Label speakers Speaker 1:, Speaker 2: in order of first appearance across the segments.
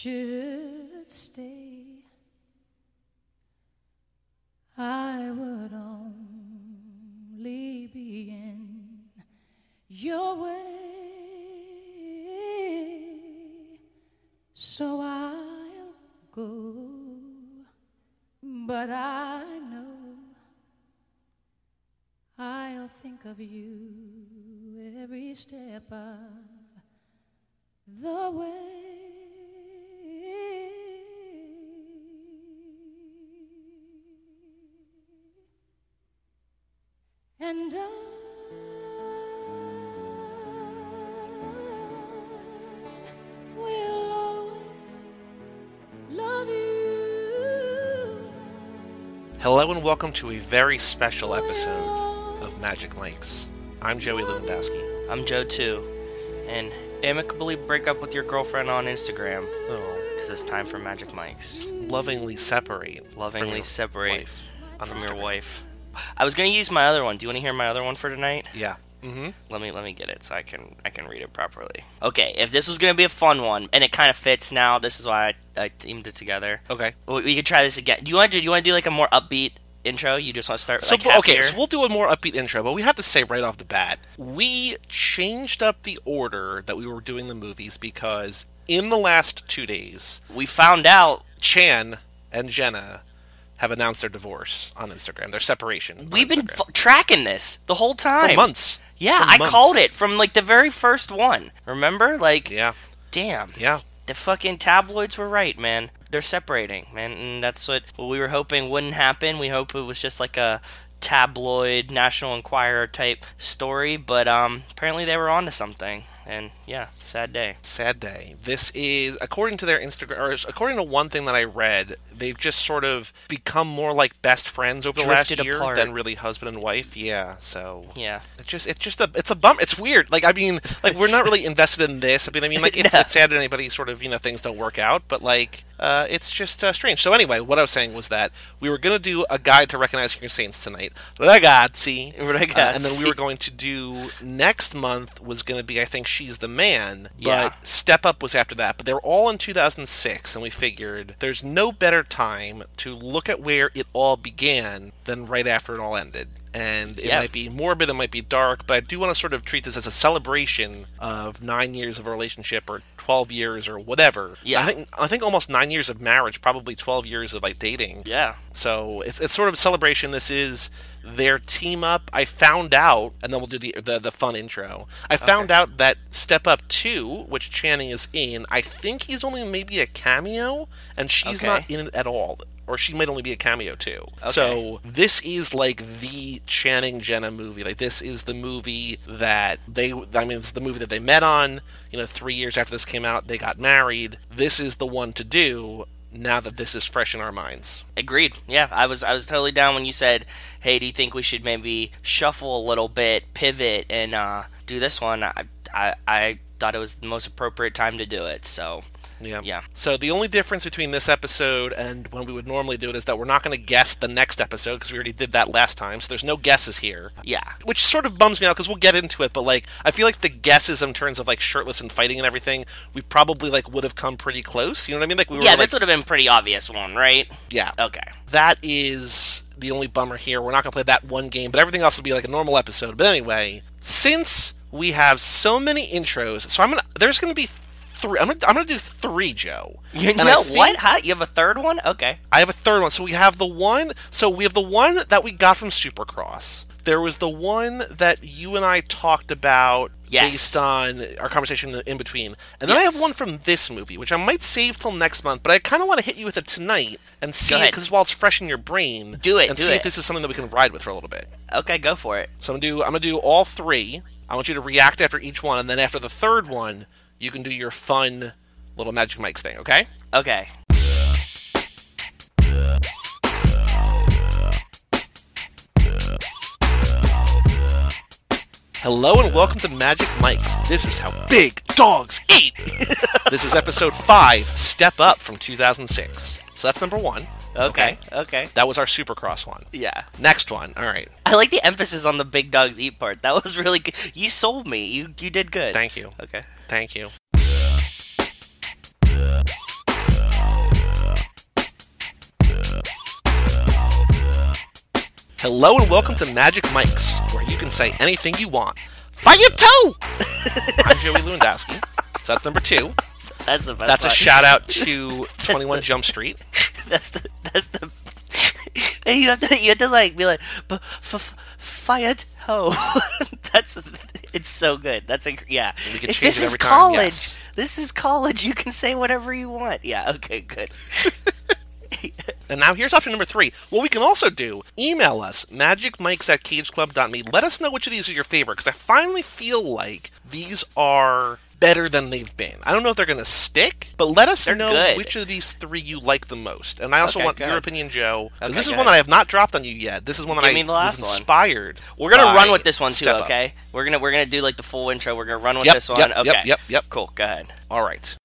Speaker 1: should stay, I would only be in your way. So I'll go, but I know I'll think of you every step of the way. And I will always love you.
Speaker 2: Hello and welcome to a very special episode of Magic Links. I'm Joey Lewandowski.
Speaker 3: I'm Joe too, and amicably break up with your girlfriend on Instagram
Speaker 2: Oh,
Speaker 3: because it's time for Magic Mike's.
Speaker 2: lovingly separate. from
Speaker 3: Lovingly
Speaker 2: your
Speaker 3: separate
Speaker 2: wife on
Speaker 3: from your
Speaker 2: Instagram.
Speaker 3: wife. I was gonna use my other one. Do you want to hear my other one for tonight?
Speaker 2: Yeah. Mm-hmm.
Speaker 3: Let me let me get it so I can I can read it properly. Okay, if this was gonna be a fun one, and it kind of fits now, this is why I, I teamed it together.
Speaker 2: Okay.
Speaker 3: We, we could try this again. Do you want to do you want to do like a more upbeat intro? You just want to start
Speaker 2: So
Speaker 3: like
Speaker 2: but- okay,
Speaker 3: happier?
Speaker 2: so we'll do a more upbeat intro, but we have to say right off the bat, we changed up the order that we were doing the movies because in the last two days,
Speaker 3: we found out
Speaker 2: Chan and Jenna have announced their divorce on Instagram, their separation. on
Speaker 3: we've been
Speaker 2: Instagram.
Speaker 3: f- tracking this the whole time
Speaker 2: for months.
Speaker 3: Yeah,
Speaker 2: For
Speaker 3: I
Speaker 2: months.
Speaker 3: called it from like the very first one. Remember? Like,
Speaker 2: Yeah,
Speaker 3: damn,
Speaker 2: yeah.
Speaker 3: the fucking tabloids were right, man. They're separating, man, and that's what what we were hoping wouldn't happen. We hope it was just like a tabloid National Enquirer type story, but um, apparently they were onto something. And yeah, sad day.
Speaker 2: Sad day. This is according to their Instagram, or according to one thing that I read, they've just sort of become more like best friends over the last
Speaker 3: Drifted
Speaker 2: year
Speaker 3: apart.
Speaker 2: than really husband and wife. Yeah, so
Speaker 3: Yeah.
Speaker 2: It's just it's just a it's a bummer. It's weird. Like I mean, like we're not really invested in this. I mean, I mean, like it's,
Speaker 3: No.
Speaker 2: it's sad that anybody sort of you know things don't work out, but like uh, it's just uh, strange. So anyway, what I was saying was that we were gonna do a guide to recognizing your saints tonight, ragazzi,
Speaker 3: Ragazzi.
Speaker 2: Uh, and then we were going to do next month was gonna be I think she's the man,
Speaker 3: Yeah.
Speaker 2: but Step Up was after that. But they were all in 2006, and we figured there's no better time to look at where it all began than right after it all ended. And it
Speaker 3: Yeah.
Speaker 2: might be morbid, it might be dark, but I do want to sort of treat this as a celebration of nine years of a relationship or 12 years or whatever.
Speaker 3: Yeah.
Speaker 2: I think, I think almost nine years of marriage, probably 12 years of like dating.
Speaker 3: Yeah.
Speaker 2: So it's, it's sort of a celebration. This is their team up. I found out, and then we'll do the the, the fun intro. I found out that Step Up Two, which Channing is in, I think he's only maybe a cameo, and she's
Speaker 3: Okay.
Speaker 2: not in it at all. Or she might only be a cameo too. So this is like the Channing Jenna movie. Like this is the movie that they. I mean, it's the movie that they met on. You know, three years after this came out, they got married. This is the one to do. Now that this is fresh in our minds.
Speaker 3: Agreed. Yeah, I was I was totally down when you said, "Hey, do you think we should maybe shuffle a little bit, pivot, and uh, do this one?" I, I I thought it was the most appropriate time to do it. So
Speaker 2: Yeah.
Speaker 3: Yeah.
Speaker 2: So the only difference between this episode and when we would normally do it is that we're not going to guess the next episode because we already did that last time. So there's no guesses here.
Speaker 3: yeah,
Speaker 2: Which sort of bums me out because we'll get into it, but like I feel like the guesses in terms of like shirtless and fighting and everything, we probably like would have come pretty close. You know what I mean? Like we were
Speaker 3: yeah,
Speaker 2: like,
Speaker 3: this would have been a pretty obvious one, right?
Speaker 2: yeah.
Speaker 3: Okay.
Speaker 2: That is the only bummer here. We're not going to play that one game, but everything else will be like a normal episode. But anyway, since we have so many intros, so I'm gonna there's going to be three. I'm gonna I'm gonna do three, Joe.
Speaker 3: You
Speaker 2: And I
Speaker 3: know
Speaker 2: think-
Speaker 3: what? Huh? You have a third one? Okay.
Speaker 2: I have a third one. So we have the one. So we have the one that we got from Supercross. There was the one that you and I talked about
Speaker 3: Yes.
Speaker 2: based on our conversation in between. And then I
Speaker 3: Yes.
Speaker 2: have one from this movie, which I might save till next month, but I kind of want to hit you with it tonight and see it
Speaker 3: ahead.
Speaker 2: because while it's fresh in your brain,
Speaker 3: Do it,
Speaker 2: and
Speaker 3: do
Speaker 2: see if
Speaker 3: it.
Speaker 2: this is something that we can ride with for a little bit.
Speaker 3: Okay, go for it.
Speaker 2: So I'm gonna do I'm gonna do all three. I want you to react after each one, and then after the third one, you can do your fun little Magic Mike's thing. Okay?
Speaker 3: Okay.
Speaker 2: Hello and welcome to Magic Mike's. This is how big dogs eat. this is episode 5, Step Up from 2006. So that's number 1.
Speaker 3: Okay. Okay.
Speaker 2: That was our Supercross one.
Speaker 3: Yeah.
Speaker 2: Next one. All right.
Speaker 3: I like the emphasis on the big dogs eat part. That was really good. You sold me. You you did good.
Speaker 2: Thank you.
Speaker 3: Okay.
Speaker 2: Thank you. Hello and welcome to Magic Mike's, where you can say anything you want. By your toe! I'm Joey Lewandowski. So that's number two.
Speaker 3: That's the best.
Speaker 2: That's a
Speaker 3: part.
Speaker 2: shout out to 21 Jump Street.
Speaker 3: That's the. That's the. And you have to. You have to like be like, "B- f- f- fire toe. that's. It's so good. That's a yeah.
Speaker 2: We could
Speaker 3: If
Speaker 2: change
Speaker 3: this
Speaker 2: it
Speaker 3: is
Speaker 2: every time,
Speaker 3: college.
Speaker 2: yes.
Speaker 3: This is college. You can say whatever you want. Yeah. Okay. Good.
Speaker 2: And now here's option number three. What we can also do, email us, magicmikes at cageclub.me. Let us know which of these are your favorite, because I finally feel like these are better than they've been. I don't know if they're going to stick, but let us know
Speaker 3: good.
Speaker 2: which of these three you like the most. And I also
Speaker 3: Okay,
Speaker 2: want
Speaker 3: good.
Speaker 2: your opinion, Joe, 'cause
Speaker 3: Okay,
Speaker 2: this is
Speaker 3: good.
Speaker 2: one that I have not dropped on you yet. This is one that
Speaker 3: Give
Speaker 2: I
Speaker 3: me the last
Speaker 2: was
Speaker 3: one.
Speaker 2: inspired.
Speaker 3: We're gonna
Speaker 2: by
Speaker 3: run with this one too.
Speaker 2: Step Up.
Speaker 3: Okay. We're gonna we're gonna do like the full intro. We're gonna run with
Speaker 2: Yep,
Speaker 3: this
Speaker 2: yep,
Speaker 3: one.
Speaker 2: yep,
Speaker 3: okay.
Speaker 2: yep, yep.
Speaker 3: Cool. Go ahead.
Speaker 2: All right.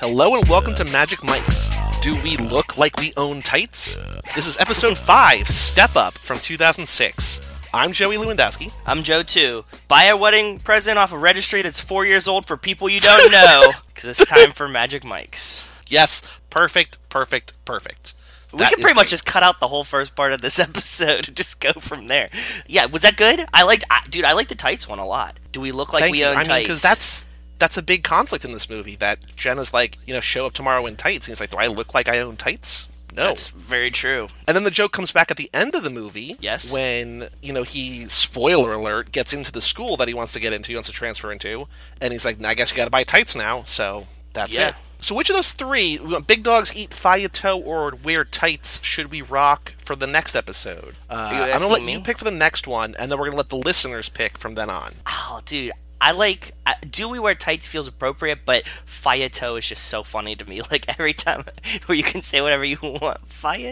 Speaker 2: Hello and welcome to Magic Mike's. Do we look like we own tights? This is episode 5, Step Up from 2006. I'm Joey Lewandowski.
Speaker 3: I'm Joe too. Buy a wedding present off a registry that's four years old for people you don't know. Because it's time for Magic Mike's.
Speaker 2: Yes, perfect, perfect, perfect.
Speaker 3: We could pretty much just cut out the whole first part of this episode and just go from there. Yeah, was that good? I liked, I, dude. I like the tights one a lot. Do we look like
Speaker 2: Thank
Speaker 3: we
Speaker 2: you.
Speaker 3: own
Speaker 2: I mean,
Speaker 3: tights?
Speaker 2: because that's that's a big conflict in this movie. That Jenna's like, you know, show up tomorrow in tights, and he's like, do I look like I own tights? No.
Speaker 3: That's very true.
Speaker 2: And then the joke comes back at the end of the movie.
Speaker 3: Yes.
Speaker 2: When, you know, he, spoiler alert, gets into the school that he wants to get into, he wants to transfer into. And he's like, I guess you got to buy tights now. So that's
Speaker 3: Yeah.
Speaker 2: it. So which of those three, we want big dogs eat fayato or wear tights, should we rock for the next episode? Uh,
Speaker 3: you
Speaker 2: I'm going to
Speaker 3: asking
Speaker 2: let
Speaker 3: me?
Speaker 2: you pick for the next one, and then we're going to let the listeners pick from then on.
Speaker 3: Oh, dude. I like. I, do we wear tights feels appropriate, but Fayeto is just so funny to me. Like every time where you can say whatever you want.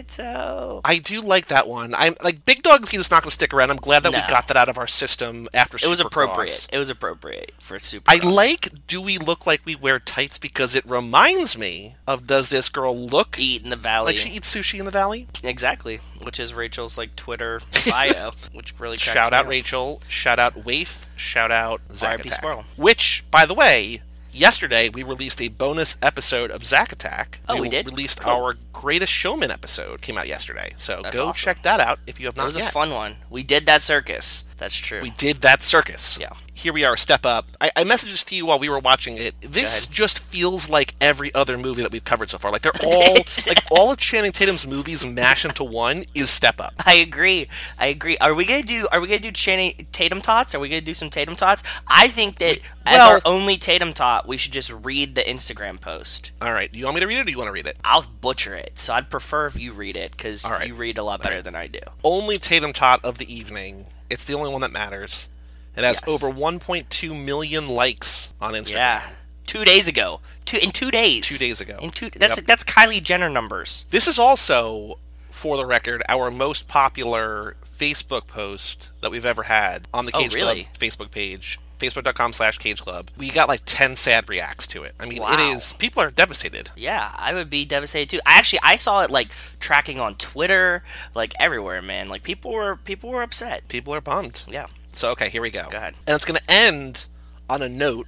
Speaker 3: Fayeto.
Speaker 2: I do like that one. I'm like Big Dogs is not going to stick around. I'm glad that we
Speaker 3: No.
Speaker 2: got that out of our system after.
Speaker 3: It was
Speaker 2: Supercross.
Speaker 3: appropriate. It was appropriate for Super.
Speaker 2: I like Do We Look Like We Wear Tights because it reminds me of Does This Girl Look
Speaker 3: Eat in the Valley.
Speaker 2: Like She Eats Sushi in the Valley?
Speaker 3: Exactly, which is Rachel's like Twitter bio, which really cracks
Speaker 2: Shout
Speaker 3: me
Speaker 2: out
Speaker 3: up.
Speaker 2: Rachel. Shout out Waif. Shout out Zack
Speaker 3: R.I.P.
Speaker 2: Attack.
Speaker 3: Squirrel.
Speaker 2: Which, by the way, yesterday we released a bonus episode of Zack Attack.
Speaker 3: Oh, we did?
Speaker 2: Released
Speaker 3: Cool.
Speaker 2: our Greatest Showman episode. Came out yesterday. So
Speaker 3: That's
Speaker 2: go
Speaker 3: awesome.
Speaker 2: check that out if you have
Speaker 3: It
Speaker 2: not
Speaker 3: was
Speaker 2: yet.
Speaker 3: a fun one. We did that circus. That's true.
Speaker 2: we did that circus.
Speaker 3: Yeah.
Speaker 2: Here we are, step up. I, I messaged this to you while we were watching it. This
Speaker 3: ahead.
Speaker 2: just feels like every other movie that we've covered so far. Like they're all
Speaker 3: It's-
Speaker 2: like all of Channing Tatum's movies mashed into one is Step Up.
Speaker 3: I agree. I agree. Are we gonna do? Are we gonna do Channing Tatum tots? Are we gonna do some Tatum tots? I think that as
Speaker 2: well-
Speaker 3: our only Tatum tot, we should just read the Instagram post.
Speaker 2: All right, you want me to read it? or Do you want to read it?
Speaker 3: I'll butcher it, so I'd prefer if you read it because
Speaker 2: right.
Speaker 3: you read a lot better than I do.
Speaker 2: Only Tatum Tot of the evening. It's the only one that matters. It has
Speaker 3: Yes.
Speaker 2: over 1.2 million likes on Instagram.
Speaker 3: Yeah, two days ago. Two in two days.
Speaker 2: Two days ago.
Speaker 3: In two. That's
Speaker 2: Yep.
Speaker 3: that's Kylie Jenner numbers.
Speaker 2: This is also, for the record, our most popular Facebook post that we've ever had on the
Speaker 3: Oh,
Speaker 2: Cage
Speaker 3: really?
Speaker 2: Club Facebook page. Facebook.com slash Cage Club. We got like 10 sad reacts to it. I mean,
Speaker 3: Wow.
Speaker 2: it is. People are devastated.
Speaker 3: Yeah, I would be devastated too. I actually I saw it like tracking on Twitter, like everywhere, man. Like people were people were upset.
Speaker 2: People are bummed.
Speaker 3: Yeah.
Speaker 2: So, okay, here we go.
Speaker 3: Go ahead.
Speaker 2: And it's going to end on a note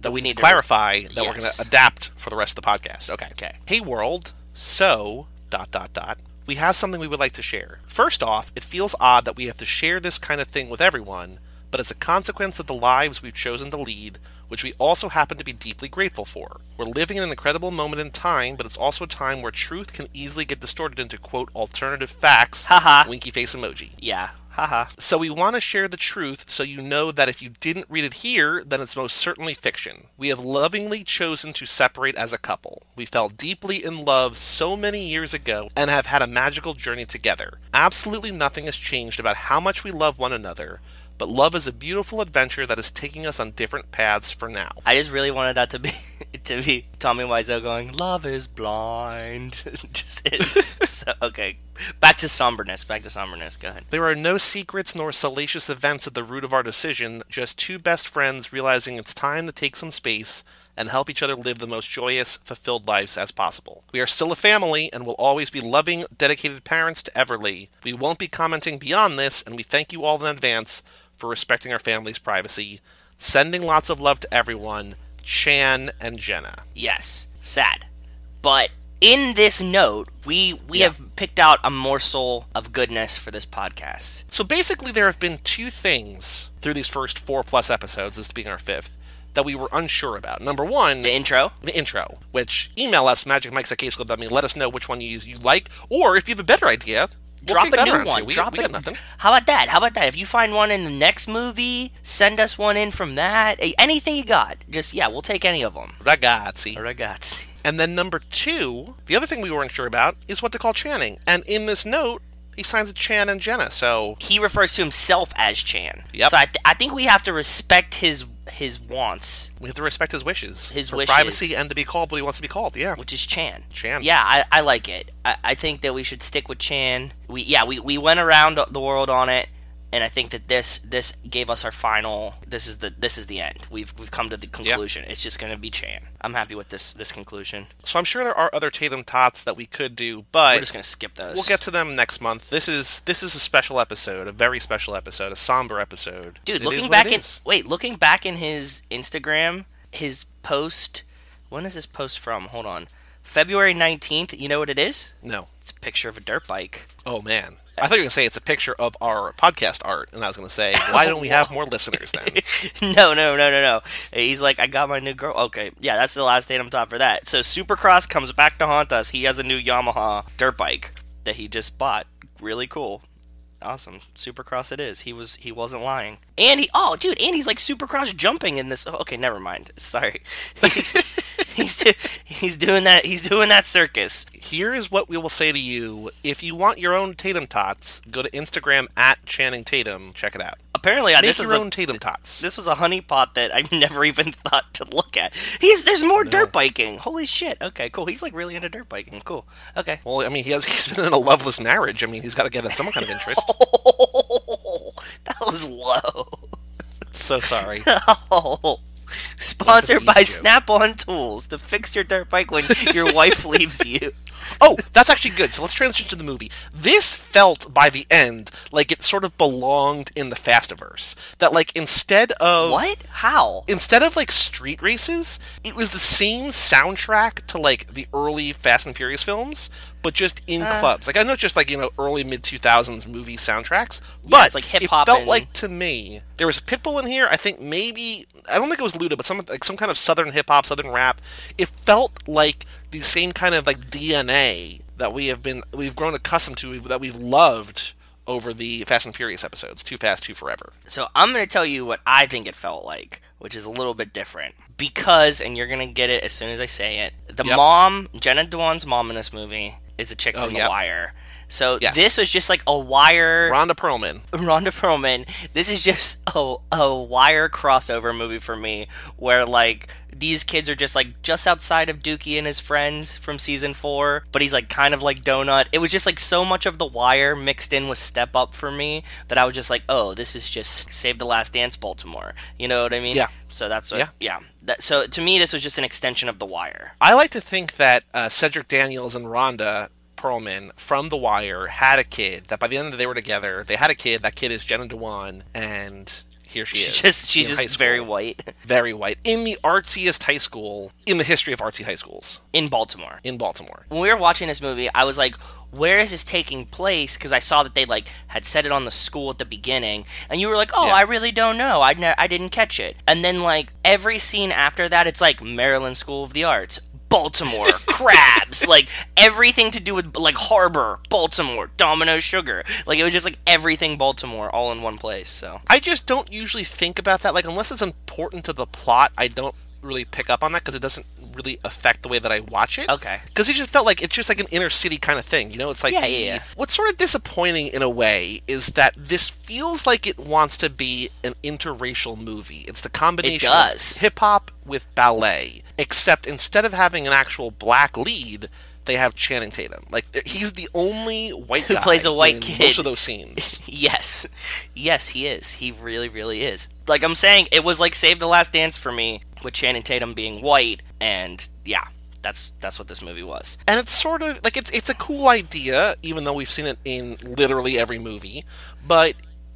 Speaker 2: that we
Speaker 3: need to-
Speaker 2: clarify that we're going
Speaker 3: Yes.
Speaker 2: to adapt for the rest of the podcast. Okay.
Speaker 3: Okay.
Speaker 2: Hey, world. So, dot, dot, dot. We have something we would like to share. First off, it feels odd that we have to share this kind of thing with everyone, but it's a consequence of the lives we've chosen to lead, which we also happen to be deeply grateful for. We're living in an incredible moment in time, but it's also a time where truth can easily get distorted into quote alternative facts.
Speaker 3: Haha.
Speaker 2: Winky face emoji.
Speaker 3: Yeah. Haha.
Speaker 2: So we want to share the truth so you know that if you didn't read it here, then it's most certainly fiction. We have lovingly chosen to separate as a couple. We fell deeply in love so many years ago and have had a magical journey together. Absolutely nothing has changed about how much we love one another, but love is a beautiful adventure that is taking us on different paths for now.
Speaker 3: I just really wanted that to be to be Tommy Wiseau going, "Love is blind." just it. so okay. Back to somberness. Back to somberness. Go ahead.
Speaker 2: There are no secrets nor salacious events at the root of our decision, just two best friends realizing it's time to take some space and help each other live the most joyous, fulfilled lives as possible. We are still a family and will always be loving, dedicated parents to Everly. We won't be commenting beyond this, and we thank you all in advance for respecting our family's privacy. Sending lots of love to everyone. Chan and Jenna.
Speaker 3: Yes, sad. But in this note, we we
Speaker 2: Yeah.
Speaker 3: have picked out a morsel of goodness for this podcast.
Speaker 2: So basically, there have been two things through these first four plus episodes, this being our fifth, that we were unsure about. Number one,
Speaker 3: The intro.
Speaker 2: the intro, which email us magicmikes@caseclub.me. Let us know which one you you like, or if you have a better idea, we'll
Speaker 3: Drop
Speaker 2: kick
Speaker 3: a
Speaker 2: that
Speaker 3: new
Speaker 2: around,
Speaker 3: one.
Speaker 2: too. We,
Speaker 3: Drop
Speaker 2: we
Speaker 3: a,
Speaker 2: got nothing.
Speaker 3: How about that? How about that? If you find one in the next movie, send us one in from that. A- Anything you got. Just yeah, we'll take any of them.
Speaker 2: Ragazzi.
Speaker 3: Ragazzi.
Speaker 2: And then number two, the other thing we weren't sure about is what to call Channing. And in this note, he signs it Chan and Jenna. So
Speaker 3: He refers to himself as Chan.
Speaker 2: Yep.
Speaker 3: So I, th- I think we have to respect his his wants,
Speaker 2: we have to respect his wishes,
Speaker 3: His
Speaker 2: for
Speaker 3: wishes.
Speaker 2: privacy, and to be called what he wants to be called. Yeah.
Speaker 3: which is Chan.
Speaker 2: Chan.
Speaker 3: Yeah, I, I like it. I, I think that we should stick with Chan. We yeah we, we went around the world on it, and I think that this this gave us our final. This is the this is the end. We've we've come to the conclusion. It's just gonna be Chan. I'm happy with this this conclusion.
Speaker 2: So I'm sure there are other Tatum tots that we could do,
Speaker 3: We're
Speaker 2: but
Speaker 3: just gonna skip those.
Speaker 2: we'll get to them next month. This is this is a special episode, a very special episode, a somber episode.
Speaker 3: Dude,
Speaker 2: It is
Speaker 3: looking
Speaker 2: what
Speaker 3: back
Speaker 2: it
Speaker 3: in
Speaker 2: is.
Speaker 3: wait, looking back in his Instagram, his post. When is this post from? Hold on, February nineteenth. You know what it is?
Speaker 2: no.
Speaker 3: It's a picture of a dirt bike.
Speaker 2: Oh man. I thought you were gonna say it's a picture of our podcast art, and I was gonna say, why don't we have more listeners then?
Speaker 3: no, no, no, no, no. He's like, I got my new girl. Okay, yeah, that's the last Tatum top for that. So Supercross comes back to haunt us. He has a new Yamaha dirt bike that he just bought. Really cool. Awesome. Supercross it is. He was he wasn't lying. And he oh dude, and he's like Supercross jumping in this oh, okay, never mind. Sorry. He's he's, do, he's doing that he's doing that circus.
Speaker 2: Here is what we will say to you: If you want your own Tatum tots, go to Instagram at Channing Tatum. Check it out.
Speaker 3: Apparently I
Speaker 2: Make
Speaker 3: this is
Speaker 2: your
Speaker 3: a-
Speaker 2: own Tatum tots.
Speaker 3: This was a honeypot that I never even thought to look at. He's there's more dirt biking. Holy shit. Okay, cool. He's like really into dirt biking. Cool. Okay.
Speaker 2: Well, I mean, he has he's been in a loveless marriage. I mean, he's got to get us some kind of interest.
Speaker 3: that was low.
Speaker 2: so sorry.
Speaker 3: Oh. Sponsored by
Speaker 2: you.
Speaker 3: Snap-on Tools to fix your dirt bike when your wife leaves you.
Speaker 2: Oh, that's actually good. So let's transition to the movie. This felt by the end like it sort of belonged in the Fastiverse. That like instead of
Speaker 3: What? How?
Speaker 2: instead of like street races, it was the same soundtrack to like the early Fast and Furious films, but just in
Speaker 3: Uh.
Speaker 2: clubs. Like I know it's just like you know early mid two thousands movie soundtracks, but
Speaker 3: it's like
Speaker 2: it
Speaker 3: hip-hop
Speaker 2: felt
Speaker 3: and-
Speaker 2: like to me there was Pitbull in here. I think maybe I don't think it was Luda, but some like some kind of southern hip hop, southern rap. It felt like the same kind of like DNA that we have been we've grown accustomed to that we've loved over the Fast and Furious episodes, Too Fast, Too Forever.
Speaker 3: So I'm going to tell you what I think it felt like, which is a little bit different. Because, and you're going to get it as soon as I say it, the
Speaker 2: Yep. Oh,
Speaker 3: mom, Jenna Dewan's mom in this movie, is the chick from The
Speaker 2: yep.
Speaker 3: Wire. So
Speaker 2: Yes.
Speaker 3: this was just like a wire.
Speaker 2: Rhonda Perlman.
Speaker 3: Rhonda Perlman. This is just a, a wire crossover movie for me, where like these kids are just like just outside of Dookie and his friends from season four, but he's like kind of like Donut. It was just like so much of the wire mixed in with Step Up for me that I was just like, oh, this is just Save the Last Dance Baltimore. You know what I mean?
Speaker 2: Yeah.
Speaker 3: So that's what,
Speaker 2: Yeah.
Speaker 3: yeah. That, so to me, this was just an extension of the wire.
Speaker 2: I like to think that uh, Cedric Daniels and Rhonda Perlman from The Wire had a kid. That by the end they were together. They had a kid. That kid is Jenna Dewan, and here she is.
Speaker 3: She's just she's
Speaker 2: in high
Speaker 3: just
Speaker 2: school.
Speaker 3: very white
Speaker 2: very white in the artsiest high school in the history of artsy high schools
Speaker 3: in Baltimore.
Speaker 2: in Baltimore.
Speaker 3: when we were watching this movie, I was like, "Where is this taking place?" Because I saw that they like had set it on the school at the beginning, and you were like, "Oh,
Speaker 2: Yeah.
Speaker 3: I really don't know. I ne- I didn't catch it." And then like every scene after that, it's like Maryland School of the Arts, Baltimore crabs, like everything to do with like Harbor, Baltimore, Domino Sugar. Like it was just like everything Baltimore all in one place. So
Speaker 2: I just don't usually think about that. Like unless it's important to the plot, I don't really pick up on that because it doesn't really affect the way that I watch it.
Speaker 3: Okay.
Speaker 2: Because it just felt like it's just like an inner city kind of thing. You know, it's like
Speaker 3: Yeah,
Speaker 2: the-
Speaker 3: yeah, yeah.
Speaker 2: What's sort of disappointing in a way is that this feels like it wants to be an interracial movie. It's the combination
Speaker 3: does.
Speaker 2: of hip hop with ballet, except instead of having an actual black lead. They have Channing Tatum. Like th- he's the only white
Speaker 3: Who
Speaker 2: guy
Speaker 3: plays a white
Speaker 2: in
Speaker 3: kid.
Speaker 2: Most of those scenes.
Speaker 3: Yes. Yes, he is. He really, really is. Like I'm saying, it was like Save the Last Dance for me, with Channing Tatum being white, and yeah, that's that's what this movie was.
Speaker 2: and it's sort of like it's it's a cool idea, even though we've seen it in literally every movie, but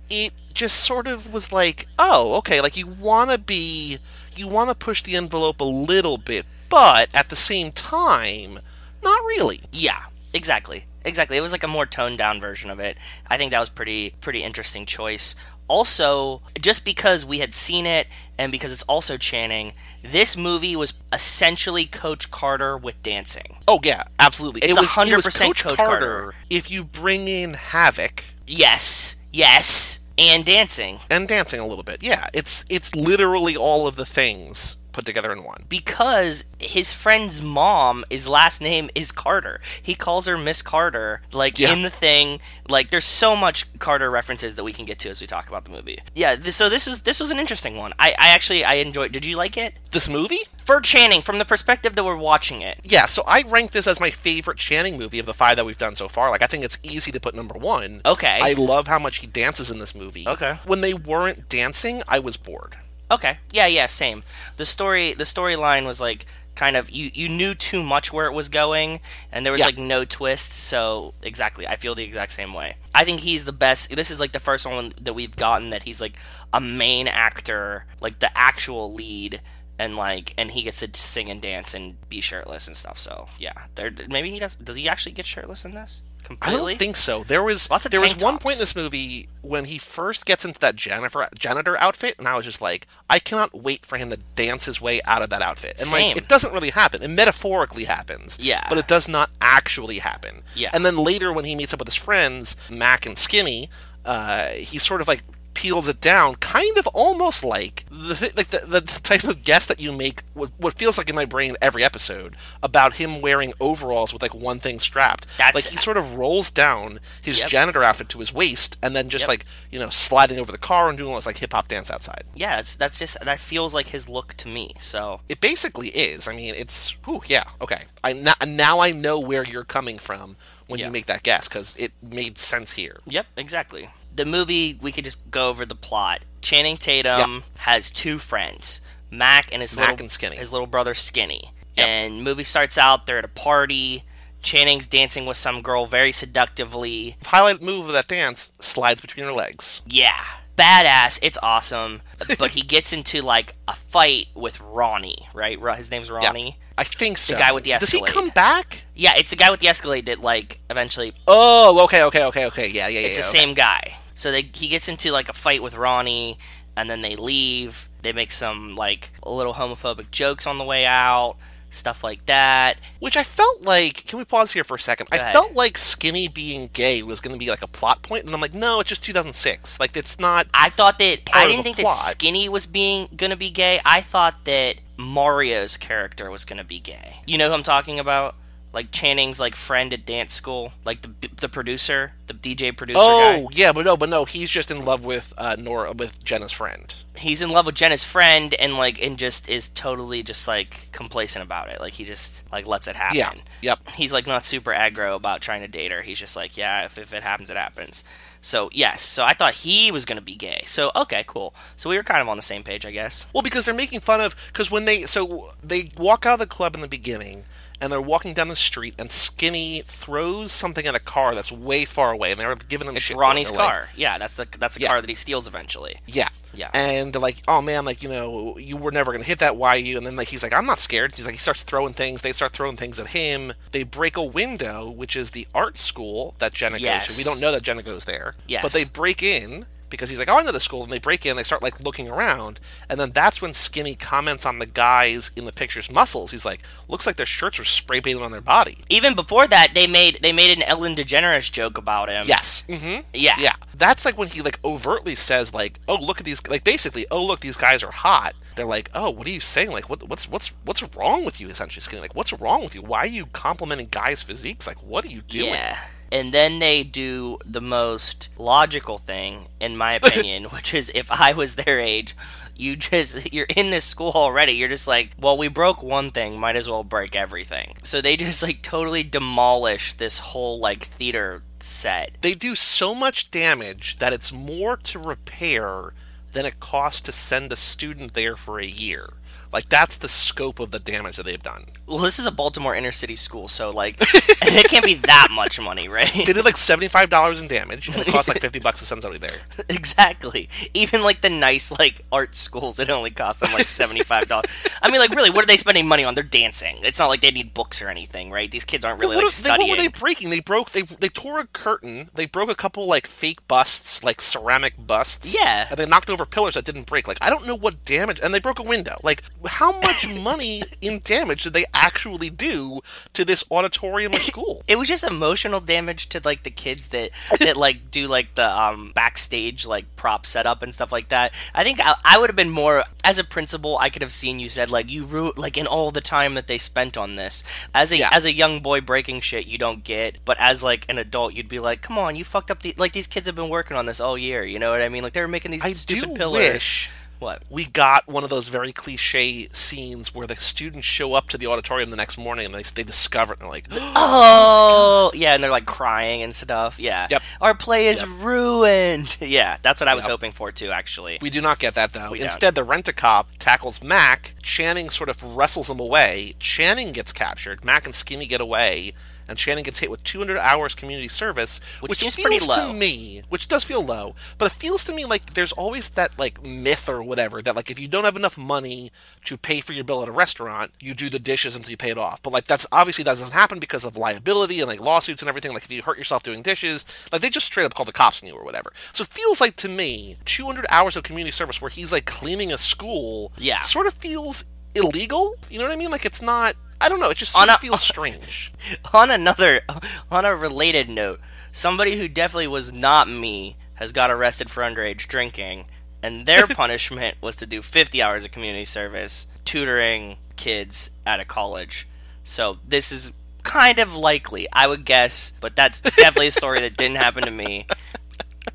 Speaker 2: it just sort of was like, oh, okay, like you want to be, you want to push the envelope a little bit, but at the same time, not really.
Speaker 3: Yeah, exactly. Exactly. It was like a more toned down version of it. I think that was pretty pretty interesting choice. Also, just because we had seen it and because it's also Channing, this movie was essentially Coach Carter with dancing.
Speaker 2: Oh yeah, absolutely.
Speaker 3: It's
Speaker 2: it was,
Speaker 3: 100%
Speaker 2: it was Coach,
Speaker 3: Coach
Speaker 2: Carter.
Speaker 3: Carter.
Speaker 2: If you bring in Havoc
Speaker 3: Yes. Yes. And dancing.
Speaker 2: and dancing a little bit, yeah, it's it's literally all of the things put together in one.
Speaker 3: because his friend's mom, his last name is Carter. He calls her Miss Carter, like
Speaker 2: Yeah.
Speaker 3: in the thing. Like there's so much Carter references that we can get to as we talk about the movie. Yeah, th- so this was this was an interesting one. I, I actually I enjoyed. Did you like it?
Speaker 2: This movie,
Speaker 3: For Channing, from the perspective that we're watching it.
Speaker 2: yeah. So I rank this as my favorite Channing movie of the five that we've done so far. Like I think it's easy to put number one.
Speaker 3: Okay.
Speaker 2: I love how much he dances in this movie.
Speaker 3: Okay.
Speaker 2: When they weren't dancing, I was bored.
Speaker 3: Okay. Yeah, yeah, same. The story the storyline was like kind of you you knew too much where it was going and there was
Speaker 2: Yeah.
Speaker 3: like no twists, so exactly. I feel the exact same way. I think he's the best. This is like the first one that we've gotten that he's like a main actor, like the actual lead and like and he gets to sing and dance and be shirtless and stuff. So, yeah. There maybe he does does he actually get shirtless in this?
Speaker 2: I
Speaker 3: Completely?
Speaker 2: don't think so. There was
Speaker 3: Lots of
Speaker 2: there was
Speaker 3: tank
Speaker 2: one
Speaker 3: tops.
Speaker 2: point in this movie when he first gets into that Jennifer janitor outfit, and I was just like, I cannot wait for him to dance his way out of that outfit. And
Speaker 3: Same.
Speaker 2: like, it doesn't really happen. It metaphorically happens,
Speaker 3: Yeah.
Speaker 2: but it does not actually happen.
Speaker 3: Yeah.
Speaker 2: And then later, when he meets up with his friends Mac and Skinny, uh, he sort of like peels it down, kind of almost like the thi- like the, the, the type of guess that you make. What, what feels like in my brain every episode about him wearing overalls with like one thing strapped.
Speaker 3: That's-
Speaker 2: like he sort of rolls down his
Speaker 3: Yep.
Speaker 2: janitor outfit to his waist and then just
Speaker 3: Yep.
Speaker 2: like you know sliding over the car and doing all this like hip hop dance outside.
Speaker 3: Yeah, that's that's just that feels like his look to me. So,
Speaker 2: It basically is. I mean, it's whew, yeah okay. I now, now I know where you're coming from when
Speaker 3: Yeah.
Speaker 2: you make that guess because it made sense here.
Speaker 3: Yep, exactly. The movie, we could just go over the plot. Channing Tatum has two friends, Mac and his
Speaker 2: Mac
Speaker 3: little,
Speaker 2: and Skinny.
Speaker 3: his little brother Skinny.
Speaker 2: Yep.
Speaker 3: And movie starts out, they're at a party. Channing's dancing with some girl very seductively.
Speaker 2: Highlight move of that dance slides between her legs.
Speaker 3: Yeah, badass. It's awesome. But he gets into like a fight with Ronnie, right? Ro- His name's Ronnie.
Speaker 2: I think so.
Speaker 3: guy with the
Speaker 2: Does he
Speaker 3: Escalade.
Speaker 2: come back?
Speaker 3: Yeah, it's the guy with the Escalade that like eventually
Speaker 2: Oh, okay, okay, okay, okay. Yeah, yeah, yeah.
Speaker 3: it's
Speaker 2: yeah,
Speaker 3: the
Speaker 2: okay.
Speaker 3: same guy. So they, he gets into like a fight with Ronnie, and then they leave. They make some like little homophobic jokes on the way out, stuff like that.
Speaker 2: Which I felt like. Can we pause here for a second? I
Speaker 3: ahead.
Speaker 2: felt like skinny being gay was going to be like a plot point, and I'm like, no, it's just 2006. Like it's not.
Speaker 3: I thought that
Speaker 2: Part
Speaker 3: I
Speaker 2: of
Speaker 3: didn't
Speaker 2: the
Speaker 3: think
Speaker 2: plot.
Speaker 3: that Skinny was being gonna be gay. I thought that Mario's character was gonna be gay. You know who I'm talking about? Like Channing's like friend at dance school, like the the producer, the DJ producer guy.
Speaker 2: Oh yeah, but no, but no. He's just in love with uh, Nora, with Jenna's friend.
Speaker 3: he's in love with Jenna's friend and like and just is totally just like complacent about it. Like he just like lets it happen.
Speaker 2: Yeah. Yep.
Speaker 3: He's like not super aggro about trying to date her. He's just like, yeah, if, if it happens, it happens. So yes, so I thought he was gonna be gay. So okay, cool. So we were kind of on the same page, I guess.
Speaker 2: Well, because they're making fun of because when they so they walk out of the club in the beginning and they're walking down the street and Skinny throws something at a car that's way far away and they're giving them
Speaker 3: It's
Speaker 2: shit for it.
Speaker 3: Ronnie's
Speaker 2: They're like,
Speaker 3: car. Yeah, that's the that's the
Speaker 2: Yeah.
Speaker 3: car that he steals eventually.
Speaker 2: Yeah.
Speaker 3: Yeah.
Speaker 2: And they're like, oh man, like you know, you were never gonna hit that. Why you? And then like he's like, I'm not scared. He's like, he starts throwing things. They start throwing things at him. They break a window, which is the art school that Jenna goes
Speaker 3: Yes.
Speaker 2: to. We don't know that Jenna goes there.
Speaker 3: Yes.
Speaker 2: But they break in because he's like, oh, I know the school. And they break in. They start like looking around, and then that's when Skinny comments on the guys in the picture's muscles. He's like, looks like their shirts were spray painted on their body.
Speaker 3: Even before that, they made they made an Ellen DeGeneres joke about him.
Speaker 2: Yes. Mm-hmm.
Speaker 3: Yeah.
Speaker 2: Yeah, that's like when he like overtly says like, "Oh, look at these!" Like basically, "Oh, look, these guys are hot." They're like, "Oh, what are you saying? Like, what, what's what's what's wrong with you?" Essentially, Skinny, like, "What's wrong with you? Why are you complimenting guys' physiques? Like, what are you doing?"
Speaker 3: Yeah. And then they do the most logical thing, in my opinion, which is if I was their age, you just, you're in this school already. You're just like, well, we broke one thing, might as well break everything. So they just like totally demolish this whole like theater set.
Speaker 2: They do so much damage that it's more to repair than it costs to send a student there for a year. Like that's the scope of the damage that they've done.
Speaker 3: Well, this is a Baltimore inner city school, so like it can't be that much money, right?
Speaker 2: They did like seventy five dollars in damage, and it cost like fifty bucks to send somebody there.
Speaker 3: exactly. Even like the nice like art schools, it only costs them like seventy five dollars. I mean, like really, what are they spending money on? They're dancing. It's not like they need books or anything, right? These kids aren't really
Speaker 2: what,
Speaker 3: like
Speaker 2: are- they- what
Speaker 3: studying.
Speaker 2: were they breaking? They broke. They they tore a curtain. They broke a couple like fake busts, like ceramic busts.
Speaker 3: Yeah.
Speaker 2: And they knocked over pillars that didn't break. Like I don't know what damage. And they broke a window. Like how much money in damage did they actually do to this auditorium of school?
Speaker 3: it was just emotional damage to like the kids that that like do like the um backstage like prop setup and stuff like that. I think I, I would have been more as a principal. I could have seen you said like you root like in all the time that they spent on this. As a
Speaker 2: Yeah.
Speaker 3: as a young boy breaking shit, you don't get. But as like an adult, you'd be like, come on, you fucked up. The-. Like these kids have been working on this all year. You know what I mean? Like they were making these
Speaker 2: I
Speaker 3: stupid
Speaker 2: do
Speaker 3: pillars.
Speaker 2: wish
Speaker 3: What?
Speaker 2: we got one of those very cliche scenes where the students show up to the auditorium the next morning and they they discover it and they're like,
Speaker 3: Oh, yeah, and they're like crying and stuff. Yeah.
Speaker 2: Yep.
Speaker 3: Our play is ruined. Yeah, that's what I was
Speaker 2: Yep.
Speaker 3: hoping for too, actually.
Speaker 2: We do not get that though.
Speaker 3: We don't.
Speaker 2: Instead, the rent a cop tackles Mac. Channing sort of wrestles him away. Channing gets captured. Mac and Skinny get away, and Channing gets hit with 200 hours community service,
Speaker 3: Which
Speaker 2: which,
Speaker 3: seems
Speaker 2: feels
Speaker 3: pretty low.
Speaker 2: to me, which does feel low, but it feels to me like there's always that like myth or whatever that like if you don't have enough money to pay for your bill at a restaurant, you do the dishes until you pay it off. But like that's obviously doesn't happen because of liability and like lawsuits and everything. Like if you hurt yourself doing dishes, like they just straight up call the cops on you or whatever. So it feels like to me, 200 hours of community service where he's like cleaning a school,
Speaker 3: Yeah.
Speaker 2: sort of feels illegal. You know what I mean? Like it's not. I don't know. It just
Speaker 3: On
Speaker 2: sort of
Speaker 3: a-
Speaker 2: feels strange.
Speaker 3: on another on a related note, somebody who definitely was not me has got arrested for underage drinking, and their punishment was to do 50 hours of community service tutoring kids at a college. So this is kind of likely, I would guess, but that's definitely a story that didn't happen to me.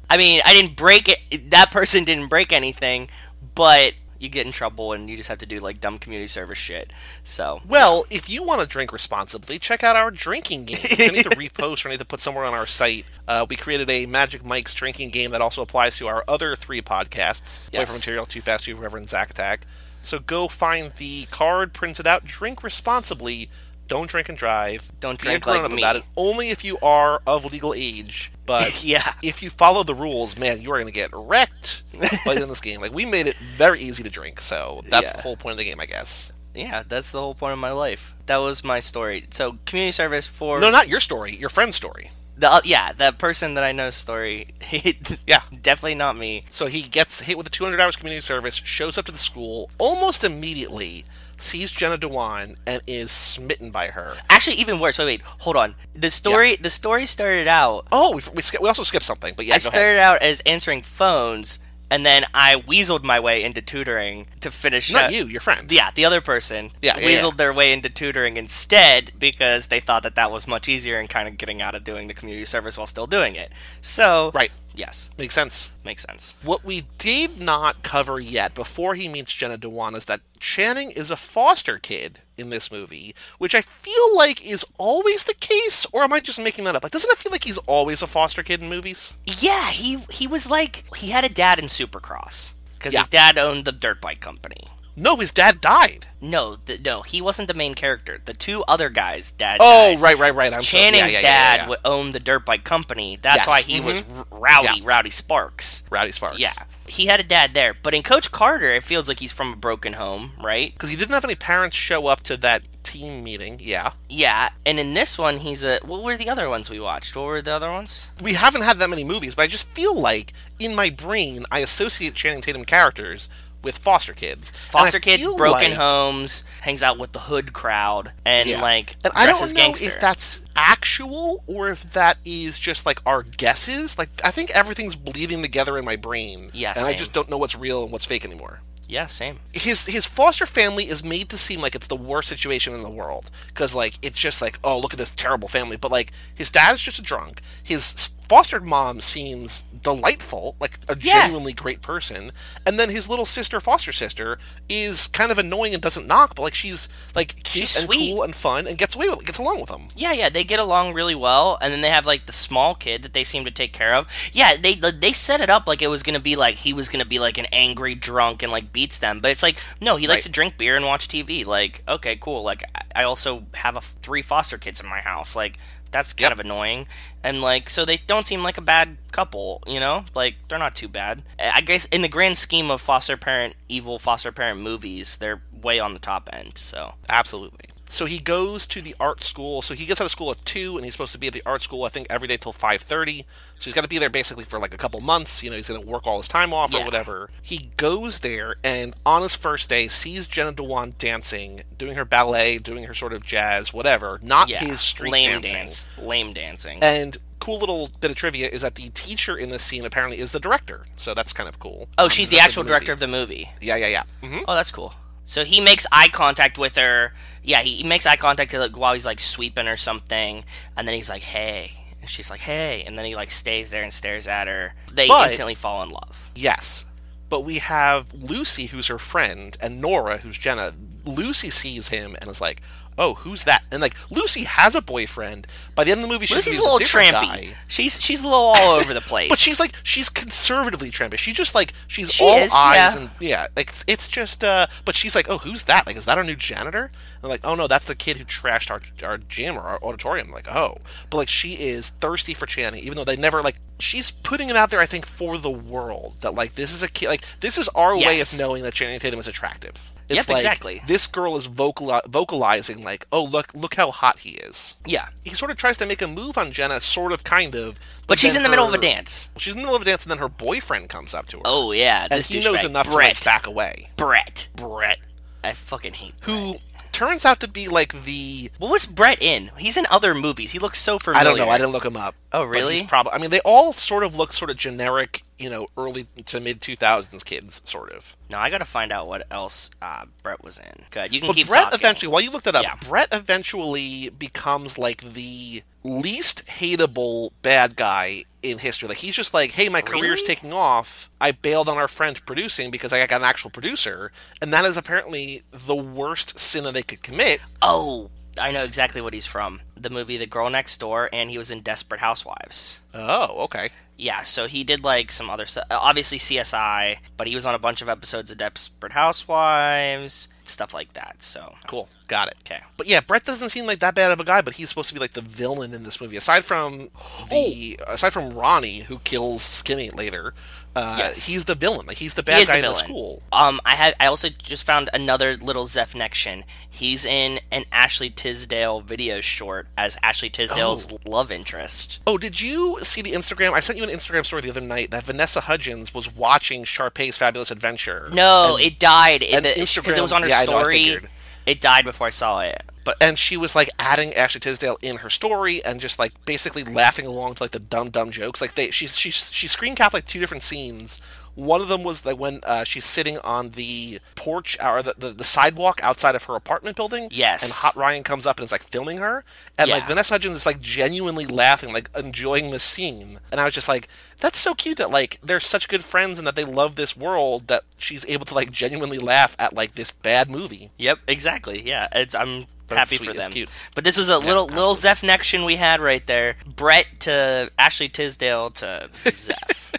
Speaker 3: I mean, I didn't break it. That person didn't break anything, but you get in trouble and you just have to do like dumb community service shit. So
Speaker 2: Well, if you want to drink responsibly, check out our drinking game. If you need to repost or need to put somewhere on our site, uh, we created a Magic Mike's drinking game that also applies to our other three podcasts Play for
Speaker 3: Yes.
Speaker 2: Material, Too Fast, Too Forever, and Zack Attack. So go find the card, print it out, drink responsibly. Don't drink and drive.
Speaker 3: Don't
Speaker 2: Be a
Speaker 3: drink like
Speaker 2: grown-up
Speaker 3: me.
Speaker 2: about it. Only if you are of legal age. But
Speaker 3: yeah.
Speaker 2: if you follow the rules, man, you are going to get wrecked playing this game. Like we made it very easy to drink, so that's
Speaker 3: Yeah.
Speaker 2: the whole point of the game, I guess.
Speaker 3: yeah, that's the whole point of my life. That was my story. So community service for
Speaker 2: No, not your story. Your friend's story.
Speaker 3: the uh, yeah the person that I know's story.
Speaker 2: Yeah.
Speaker 3: definitely not me.
Speaker 2: So he gets hit with the 200 hours community service, shows up to the school almost immediately, sees Jenna Dewan, and is smitten by her.
Speaker 3: Actually, even worse. Wait, wait, hold on. The story the story started out.
Speaker 2: Oh, we, we, skip, we also skipped something, but yeah,
Speaker 3: I
Speaker 2: go ahead.
Speaker 3: started out as answering phones, and then I weaseled my way into tutoring to finish.
Speaker 2: Not
Speaker 3: up-
Speaker 2: you, your friend.
Speaker 3: Yeah, the other person
Speaker 2: Yeah, yeah,
Speaker 3: weaseled
Speaker 2: yeah.
Speaker 3: their way into tutoring instead because they thought that that was much easier and kind of getting out of doing the community service while still doing it. So
Speaker 2: Right.
Speaker 3: yes,
Speaker 2: Makes sense.
Speaker 3: makes sense.
Speaker 2: What we did not cover yet before he meets Jenna Dewan is that Channing is a foster kid in this movie, which I feel like is always the case, or am I just making that up? Like, doesn't it feel like he's always a foster kid in movies?
Speaker 3: Yeah, he he was like he had a dad in Supercross because
Speaker 2: Yeah.
Speaker 3: his dad owned the dirt bike company.
Speaker 2: No, his dad died.
Speaker 3: No, th- no, he wasn't the main character. The two other guys' dad.
Speaker 2: Oh,
Speaker 3: died.
Speaker 2: right, right, right. I'm sorry. Yeah,
Speaker 3: Channing's
Speaker 2: yeah, yeah, yeah,
Speaker 3: dad
Speaker 2: yeah.
Speaker 3: would own the dirt bike company. That's
Speaker 2: Yes.
Speaker 3: why he
Speaker 2: Mhm.
Speaker 3: was r- rowdy,
Speaker 2: Yeah.
Speaker 3: rowdy Sparks.
Speaker 2: Rowdy Sparks.
Speaker 3: Yeah, he had a dad there, but in Coach Carter, it feels like he's from a broken home, right?
Speaker 2: because he didn't have any parents show up to that team meeting. Yeah,
Speaker 3: Yeah, and in this one, he's a. What were the other ones we watched? What were the other ones?
Speaker 2: we haven't had that many movies, but I just feel like in my brain I associate Channing Tatum characters with foster kids. And I
Speaker 3: Foster kids,
Speaker 2: feel
Speaker 3: broken
Speaker 2: like-
Speaker 3: homes, hangs out with the hood crowd, and
Speaker 2: Yeah.
Speaker 3: like
Speaker 2: And I don't know
Speaker 3: dresses gangster.
Speaker 2: if that's actual or if that is just like our guesses. Like I think everything's bleeding together in my brain.
Speaker 3: Yeah,
Speaker 2: and I
Speaker 3: same.
Speaker 2: just don't know what's real and what's fake anymore.
Speaker 3: yeah, same.
Speaker 2: his his foster family is made to seem like it's the worst situation in the world because like it's just like oh look at this terrible family but like his dad's just a drunk his s- foster mom seems delightful, like a
Speaker 3: Yeah.
Speaker 2: genuinely great person, and then his little sister, foster sister, is kind of annoying and doesn't knock, but like she's like cute
Speaker 3: She's
Speaker 2: and
Speaker 3: sweet.
Speaker 2: cool and fun and gets away with gets along with him.
Speaker 3: Yeah, yeah, they get along really well, and then they have like the small kid that they seem to take care of. Yeah, they they set it up like it was gonna be like he was gonna be like an angry drunk and like beats them, but it's like no, he likes
Speaker 2: Right.
Speaker 3: to drink beer and watch TV. Like, okay, cool. Like, I- I also have a, f- three foster kids in my house. Like, that's kind
Speaker 2: Yep.
Speaker 3: of annoying, and like so they don't seem like a bad couple, you know? Like they're not too bad. I guess in the grand scheme of foster parent evil foster parent movies, they're way on the top end. So
Speaker 2: Absolutely. So he goes to the art school. So he gets out of school at two, and he's supposed to be at the art school I think every day till five thirty. So he's got to be there basically for like a couple months. You know, he's going to work all his time off
Speaker 3: Yeah.
Speaker 2: or whatever. He goes there, and on his first day, sees Jenna Dewan dancing, doing her ballet, doing her sort of jazz, whatever. Not
Speaker 3: yeah, Uh,
Speaker 2: his street
Speaker 3: lame
Speaker 2: dancing.
Speaker 3: dance, lame dancing.
Speaker 2: And cool little bit of trivia is that the teacher in this scene apparently is the director. So that's kind of cool.
Speaker 3: Oh,
Speaker 2: Um,
Speaker 3: she's the
Speaker 2: that's a
Speaker 3: actual
Speaker 2: movie.
Speaker 3: director of the movie.
Speaker 2: Yeah, yeah, yeah. hmm
Speaker 3: Oh, that's cool. So he makes eye contact with her. Yeah, he, he makes eye contact like, while he's like sweeping or something, and then he's like, "Hey," and she's like, "Hey," and then he like stays there and stares at her. They
Speaker 2: But-
Speaker 3: instantly fall in love.
Speaker 2: Yes. But we have Lucy, who's her friend, and Nora, who's Jenna. Lucy sees him and is like, oh, who's that? And like, Lucy has a boyfriend. By the end of the movie, she's
Speaker 3: Lucy's a
Speaker 2: with
Speaker 3: little
Speaker 2: different
Speaker 3: trampy.
Speaker 2: guy.
Speaker 3: She's she's a little all over the place.
Speaker 2: But she's like, she's conservatively trampish. She's just like, she's
Speaker 3: She
Speaker 2: all
Speaker 3: is,
Speaker 2: eyes
Speaker 3: yeah.
Speaker 2: and yeah, like it's, it's just. uh But she's like, oh, who's that? Like, is that our new janitor? And like, oh no, that's the kid who trashed our our gym or our auditorium. Like, oh, but like she is thirsty for Channing, even though they never like. She's putting it out there, I think, for the world that like this is a kid. Like this is our way
Speaker 3: Yes.
Speaker 2: of knowing that Channing Tatum is attractive. It's
Speaker 3: Yep,
Speaker 2: like,
Speaker 3: exactly.
Speaker 2: This girl is vocali- vocalizing like, oh look, look how hot he is.
Speaker 3: yeah,
Speaker 2: He sort of tries to make a move on Jenna, sort of, kind of.
Speaker 3: but she's
Speaker 2: then
Speaker 3: in the middle of a
Speaker 2: her-
Speaker 3: dance.
Speaker 2: She's in the middle of a dance, and then her boyfriend comes up to her.
Speaker 3: Oh yeah,
Speaker 2: and
Speaker 3: this
Speaker 2: he knows
Speaker 3: douchebag,
Speaker 2: enough to
Speaker 3: Brett.
Speaker 2: like, back away.
Speaker 3: Brett.
Speaker 2: Brett,
Speaker 3: I fucking hate.
Speaker 2: who turns out to be like the
Speaker 3: What was Brett in? He's in other movies. He looks so familiar.
Speaker 2: I don't know. I didn't look him up.
Speaker 3: Oh,
Speaker 2: But he's
Speaker 3: really?
Speaker 2: Probably. I mean, they all sort of look sort of generic, you know, early to mid two thousands kids, sort of.
Speaker 3: No, I gotta find out what else uh, Brett was in. Good, you can
Speaker 2: But
Speaker 3: keep
Speaker 2: Brett
Speaker 3: talking.
Speaker 2: eventually, while you look that up,
Speaker 3: Yeah.
Speaker 2: Brett eventually becomes like the least hateable bad guy in history. Like he's just like, hey, my career's
Speaker 3: Really?
Speaker 2: taking off. I bailed on our friend producing because I got an actual producer, and that is apparently the worst sin that they could commit.
Speaker 3: Oh, I know exactly what he's from. The movie The Girl Next Door, and he was in Desperate Housewives.
Speaker 2: Oh, okay.
Speaker 3: Yeah, so he did like some other stuff. Uh, Obviously CSI, but he was on a bunch of episodes of Desperate Housewives, stuff like that. So
Speaker 2: Cool. Got it.
Speaker 3: okay,
Speaker 2: But yeah, Brett doesn't seem like that bad of a guy, but he's supposed to be like the villain in this movie. Aside from the
Speaker 3: Oh.
Speaker 2: aside from Ronnie, who kills Skinny later, uh,
Speaker 3: Yes.
Speaker 2: he's the villain. Like he's the
Speaker 3: he
Speaker 2: bad
Speaker 3: is
Speaker 2: guy
Speaker 3: the
Speaker 2: in
Speaker 3: villain.
Speaker 2: the school.
Speaker 3: Um, I had I also just found another little Zeph connection. He's in an Ashley Tisdale video short as Ashley Tisdale's love interest.
Speaker 2: Oh, did you see the Instagram? I sent you an Instagram story the other night that Vanessa Hudgens was watching Sharpay's Fabulous Adventure.
Speaker 3: No, it died
Speaker 2: and
Speaker 3: because it
Speaker 2: Instagram-
Speaker 3: was on her
Speaker 2: yeah, I know, I
Speaker 3: story.
Speaker 2: figured.
Speaker 3: it died before I saw it.
Speaker 2: But and she was like adding Ashley Tisdale in her story and just like basically laughing along to like the dumb dumb jokes. Like they she she she screen capped like two different scenes. One of them was like when uh, she's sitting on the porch or the, the, the sidewalk outside of her apartment building.
Speaker 3: Yes.
Speaker 2: And Hot Ryan comes up and is like filming her. And
Speaker 3: Yeah.
Speaker 2: like Vanessa Hudgens is like genuinely laughing, like enjoying the scene. And I was just like, that's so cute that like they're such good friends and that they love this world that she's able to like genuinely laugh at like this bad movie.
Speaker 3: Yep, exactly. Yeah, it's I'm
Speaker 2: That's
Speaker 3: happy
Speaker 2: sweet,
Speaker 3: for
Speaker 2: it's
Speaker 3: them.
Speaker 2: cute.
Speaker 3: But this was a little little Zeph connection we had right there. Brett to Ashley Tisdale to Zeph.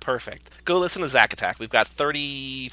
Speaker 2: Perfect. Go listen to Zack Attack. We've got 34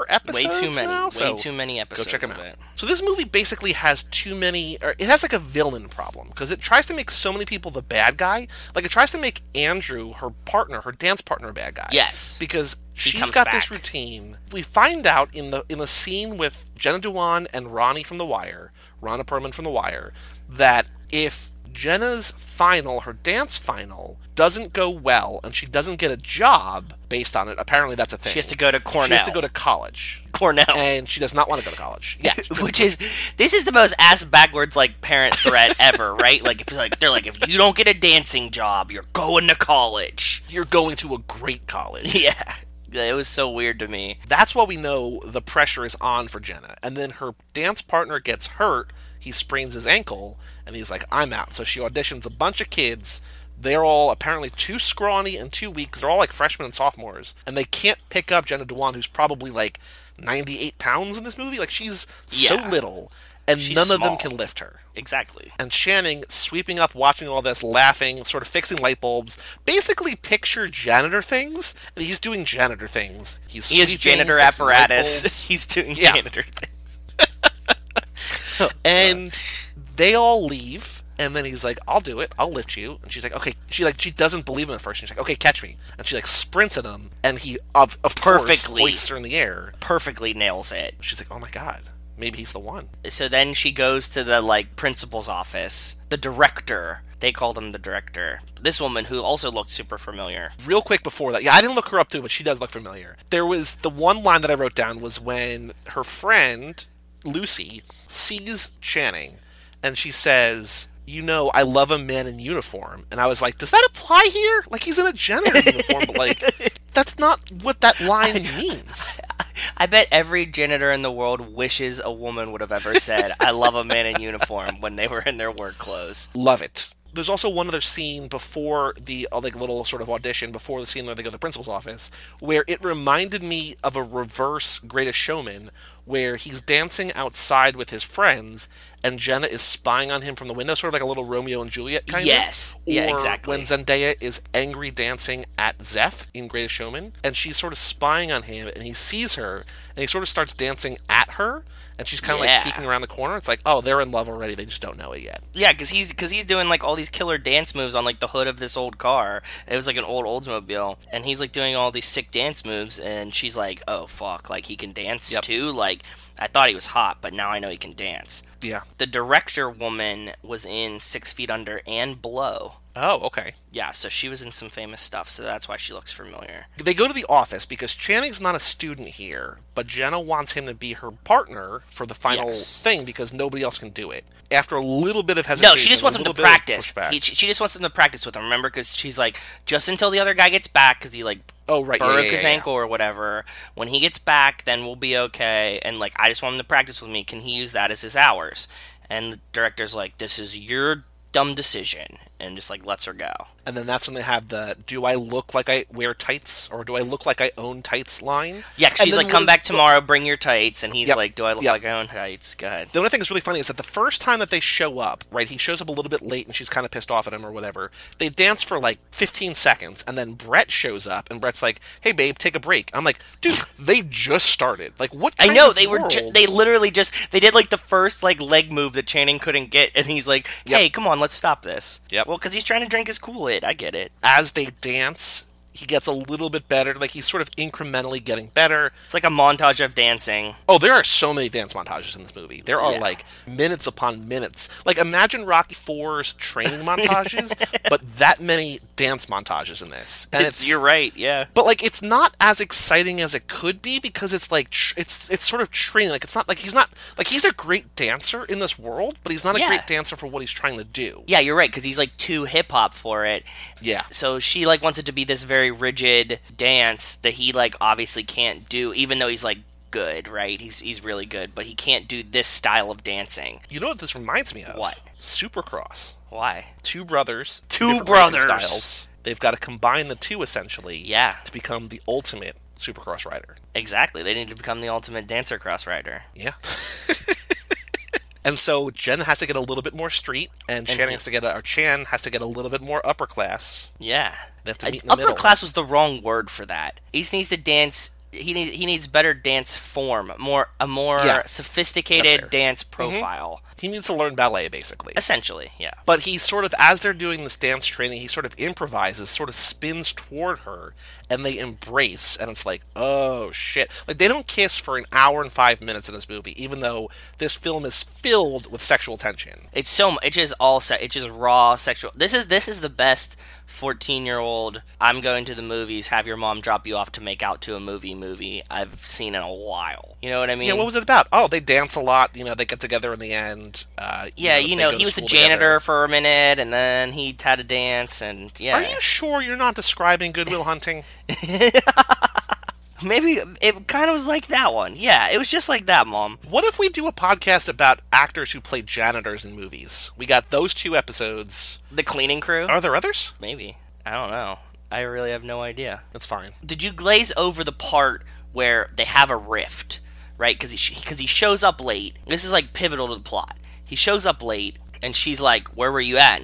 Speaker 3: way
Speaker 2: episodes
Speaker 3: too many,
Speaker 2: now,
Speaker 3: way
Speaker 2: so
Speaker 3: too many
Speaker 2: Go
Speaker 3: episodes.
Speaker 2: check them
Speaker 3: of
Speaker 2: out.
Speaker 3: it.
Speaker 2: So this movie basically has too many, or it has like a villain problem because it tries to make so many people the bad guy. Like it tries to make Andrew, her partner, her dance partner, a bad guy.
Speaker 3: Yes.
Speaker 2: because she's
Speaker 3: comes
Speaker 2: got
Speaker 3: back.
Speaker 2: this routine. We find out in the in the scene with Jenna Dewan and Ronnie from The Wire, Ronna Perlman from The Wire, that if Jenna's final, her dance final, doesn't go well and she doesn't get a job based on it, apparently that's a thing.
Speaker 3: has to go to
Speaker 2: She has
Speaker 3: Cornell.
Speaker 2: to go to college.
Speaker 3: Cornell.
Speaker 2: And she does not want to go to college. Yeah.
Speaker 3: which is this is the most ass backwards like parent threat ever, right? Like if like they're like if you don't get a dancing job, you're going to college.
Speaker 2: You're going to a great college.
Speaker 3: Yeah, it was so weird to me.
Speaker 2: That's why we know the pressure is on for Jenna. And then her dance partner gets hurt. He sprains his ankle, and he's like, I'm out. So she auditions a bunch of kids. They're all apparently too scrawny and too weak. 'cause They're all like freshmen and sophomores, and they can't pick up Jenna Dewan, who's probably like 98 pounds in this movie. Like she's
Speaker 3: Yeah.
Speaker 2: so little, and
Speaker 3: She's
Speaker 2: none of them
Speaker 3: small.
Speaker 2: can lift her.
Speaker 3: Exactly.
Speaker 2: And Channing sweeping up, watching all this, laughing, sort of fixing light bulbs. Basically, picture janitor things, and he's doing janitor things. He's
Speaker 3: He has
Speaker 2: sweeping,
Speaker 3: janitor
Speaker 2: fixing light
Speaker 3: apparatus.
Speaker 2: bulbs.
Speaker 3: He's doing
Speaker 2: Yeah.
Speaker 3: janitor things.
Speaker 2: and they all leave and then he's like i'll do it i'll lift you and she's like okay she like she doesn't believe him at first and she's like okay catch me and she like sprints at him and he of, of course
Speaker 3: Perfectly.
Speaker 2: hoists her in the air
Speaker 3: Perfectly nails it.
Speaker 2: she's like oh my god maybe he's the one
Speaker 3: So then she goes to the like principal's office. The director. They call them the director. This woman who also looked super familiar.
Speaker 2: real quick before that yeah i didn't look her up too but she does look familiar there was the one line that i wrote down was when her friend lucy sees channing and she says you know i love a man in uniform and i was like does that apply here like he's in a janitor uniform but like that's not what that line means
Speaker 3: I bet every janitor in the world wishes a woman would have ever said, I love a man in uniform when they were in their work clothes.
Speaker 2: Love it. There's also one other scene before the uh, like little sort of audition before the scene where they go to the principal's office, where it reminded me of a reverse Greatest Showman, where he's dancing outside with his friends, and Jenna is spying on him from the window, sort of like a little Romeo and Juliet kind
Speaker 3: Yes.
Speaker 2: of.
Speaker 3: Yeah,
Speaker 2: Or
Speaker 3: exactly.
Speaker 2: When Zendaya is angry dancing at Zeph in Greatest Showman, and she's sort of spying on him, and he sees her, and he sort of starts dancing at her, and she's kind of
Speaker 3: Yeah.
Speaker 2: like peeking around the corner. It's like, oh, they're in love already. They just don't know it yet.
Speaker 3: Yeah, because he's because he's doing like all these killer dance moves on like the hood of this old car. It was like an old Oldsmobile, and he's like doing all these sick dance moves. And she's like, "Oh fuck! Like he can dance
Speaker 2: Yep.
Speaker 3: too. Like I thought he was hot, but now I know he can dance."
Speaker 2: Yeah.
Speaker 3: The director woman was in Six Feet Under and Blow.
Speaker 2: Oh, okay.
Speaker 3: Yeah, so she was in some famous stuff, so that's why she looks familiar.
Speaker 2: They go to the office because Channing's not a student here, but Jenna wants him to be her partner for the final
Speaker 3: Yes.
Speaker 2: thing because nobody else can do it. After a little bit of hesitation,
Speaker 3: No, she just
Speaker 2: a
Speaker 3: wants him to
Speaker 2: little bit of
Speaker 3: practice.
Speaker 2: pushback-
Speaker 3: He, she, she just wants him to practice with him. Remember, because she's like, just until the other guy gets back, because he like
Speaker 2: oh, right, yeah,
Speaker 3: broke
Speaker 2: yeah, yeah,
Speaker 3: his
Speaker 2: yeah.
Speaker 3: ankle or whatever. When he gets back, then we'll be okay. And like, I just want him to practice with me. Can he use that as his hours? And the director's like, this is your dumb decision, and just like lets her go.
Speaker 2: And then that's when they have the "Do I look like I wear tights or do I look like I own tights?" line.
Speaker 3: Yeah, 'cause
Speaker 2: And
Speaker 3: she's
Speaker 2: then
Speaker 3: like, come
Speaker 2: the-
Speaker 3: back tomorrow, bring your tights. And he's
Speaker 2: Yep,
Speaker 3: like, do I look
Speaker 2: yep.
Speaker 3: like I own tights? Go ahead.
Speaker 2: The only thing that's really funny is that the first time that they show up, right, he shows up a little bit late and she's kind of pissed off at him or whatever. They dance for like 15 seconds and then Brett shows up and Brett's like, hey, babe, take a break. I'm like, dude, they just started. Like, what
Speaker 3: I
Speaker 2: kind
Speaker 3: know
Speaker 2: of
Speaker 3: they were.
Speaker 2: world?
Speaker 3: Ju- they literally just they did like the first like leg move that Channing couldn't get, and he's like,
Speaker 2: Yep.
Speaker 3: "Hey, come on, let's stop this."
Speaker 2: Yep.
Speaker 3: Well, because he's trying to drink his Kool Aid. I get it.
Speaker 2: As they dance, he gets a little bit better. Like, he's sort of incrementally getting better.
Speaker 3: It's like a montage of dancing.
Speaker 2: Oh, there are so many dance montages in this movie. There are
Speaker 3: Yeah.
Speaker 2: like minutes upon minutes. Like imagine Rocky Four's training montages, but that many dance montages in this. And
Speaker 3: It's, you're right. Yeah.
Speaker 2: but like it's not as exciting as it could be because it's like tr- it's it's sort of training like it's not like he's not like he's a great dancer in this world but he's not a
Speaker 3: Yeah.
Speaker 2: great dancer for what he's trying to do
Speaker 3: Yeah, you're right because he's like too hip hop for it.
Speaker 2: yeah
Speaker 3: So she like wants it to be this very rigid dance that he like obviously can't do, even though he's like good, right? He's he's really good, but he can't do this style of dancing.
Speaker 2: you know what this reminds me of
Speaker 3: What?
Speaker 2: supercross
Speaker 3: Why?
Speaker 2: two brothers
Speaker 3: Two
Speaker 2: different racing
Speaker 3: brothers.
Speaker 2: styles. they've got to combine the two essentially
Speaker 3: Yeah.
Speaker 2: to become the ultimate supercross rider
Speaker 3: Exactly. They need to become the ultimate dancer cross rider.
Speaker 2: yeah And so Jen has to get a little bit more street, and Chan
Speaker 3: he-
Speaker 2: has to get a, or Chan has to get a little bit more upper class.
Speaker 3: Yeah.
Speaker 2: They have to
Speaker 3: Uh,
Speaker 2: meet in the
Speaker 3: Upper
Speaker 2: middle.
Speaker 3: class was the wrong word for that. He just needs to dance. He needs he needs better dance form, more a more
Speaker 2: Yeah. That's fair. Mm-hmm.
Speaker 3: sophisticated dance profile,
Speaker 2: He needs to learn ballet, basically.
Speaker 3: essentially. Yeah.
Speaker 2: But he sort of, as they're doing this dance training, he sort of improvises, sort of spins toward her, and they embrace, and it's like, oh shit. Like, they don't kiss for an hour and five minutes in this movie, even though this film is filled with sexual tension.
Speaker 3: It's so mu- it's just all se- it's just raw sexual. This is this is the best fourteen year old. I'm going to the movies. Have your mom drop you off to make out to a movie. Movie I've seen in a while. You know what I mean?
Speaker 2: Yeah, what was it about? Oh, they dance a lot, you know, they get together in the end. Uh,
Speaker 3: Yeah,
Speaker 2: they
Speaker 3: you know,
Speaker 2: go to
Speaker 3: he was a
Speaker 2: school together.
Speaker 3: janitor for a minute, and then he had a dance, and yeah.
Speaker 2: Are you sure you're not describing Goodwill Hunting?
Speaker 3: Maybe it kind of was like that one. Yeah, it was just like that, Mom.
Speaker 2: What if we do a podcast about actors who play janitors in movies? We got those two episodes.
Speaker 3: The cleaning crew?
Speaker 2: Are there others?
Speaker 3: Maybe. I don't know. I really have no idea.
Speaker 2: That's fine.
Speaker 3: Did you glaze over the part where they have a rift, right? Because he, because he shows up late. This is like pivotal to the plot. He shows up late, and she's like, "Where were you at?"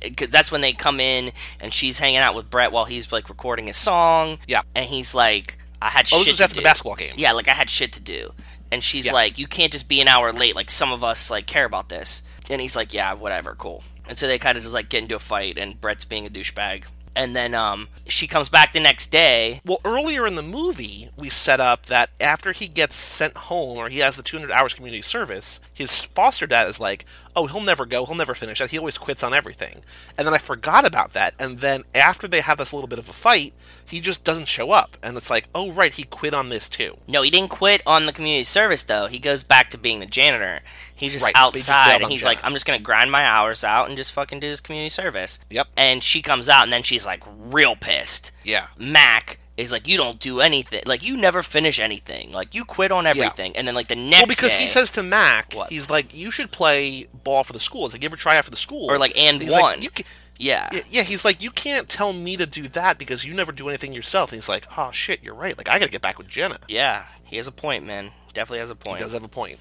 Speaker 3: Because that's when they come in, and she's hanging out with Brett while he's like recording his song.
Speaker 2: Yeah.
Speaker 3: and he's like, "I had
Speaker 2: Oh,
Speaker 3: shit
Speaker 2: this was
Speaker 3: to
Speaker 2: after
Speaker 3: do."
Speaker 2: the basketball game.
Speaker 3: Yeah, like I had shit to do, and she's
Speaker 2: Yeah.
Speaker 3: like, "You can't just be an hour late. Like some of us like care about this." And he's like, "Yeah, whatever, cool." And so they kind of just like get into a fight, and Brett's being a douchebag. And then um, she comes back the next day.
Speaker 2: Well, earlier in the movie, we set up that after he gets sent home or he has the 200 hours community service, his foster dad is like, oh, he'll never go. He'll never finish that. He always quits on everything. And then I forgot about that. And then after they have this little bit of a fight, he just doesn't show up. And it's like, oh, right, he quit on this too.
Speaker 3: No, he didn't quit on the community service though. He goes back to being the janitor. He's just
Speaker 2: Right, but he just
Speaker 3: outside
Speaker 2: bailed
Speaker 3: and
Speaker 2: on
Speaker 3: he's
Speaker 2: janitor.
Speaker 3: like, I'm just gonna grind my hours out and just fucking do this community service.
Speaker 2: Yep.
Speaker 3: And she comes out and then she's like real pissed.
Speaker 2: Yeah.
Speaker 3: Mac is like, You don't do anything like you never finish anything. Like you quit on everything and then like the next
Speaker 2: Well, because he
Speaker 3: day-
Speaker 2: says to Mac,
Speaker 3: What?
Speaker 2: he's like, you should play ball for the school. It's like, give her a try out for the school.
Speaker 3: Or, like, and
Speaker 2: he's
Speaker 3: one.
Speaker 2: Like, you ca-
Speaker 3: Yeah.
Speaker 2: yeah, yeah, he's like, you can't tell me to do that because you never do anything yourself. And he's like, oh, shit, you're right. Like, I got to get back with Jenna.
Speaker 3: Yeah. He has a point, man. Definitely has a point.
Speaker 2: He does have a point.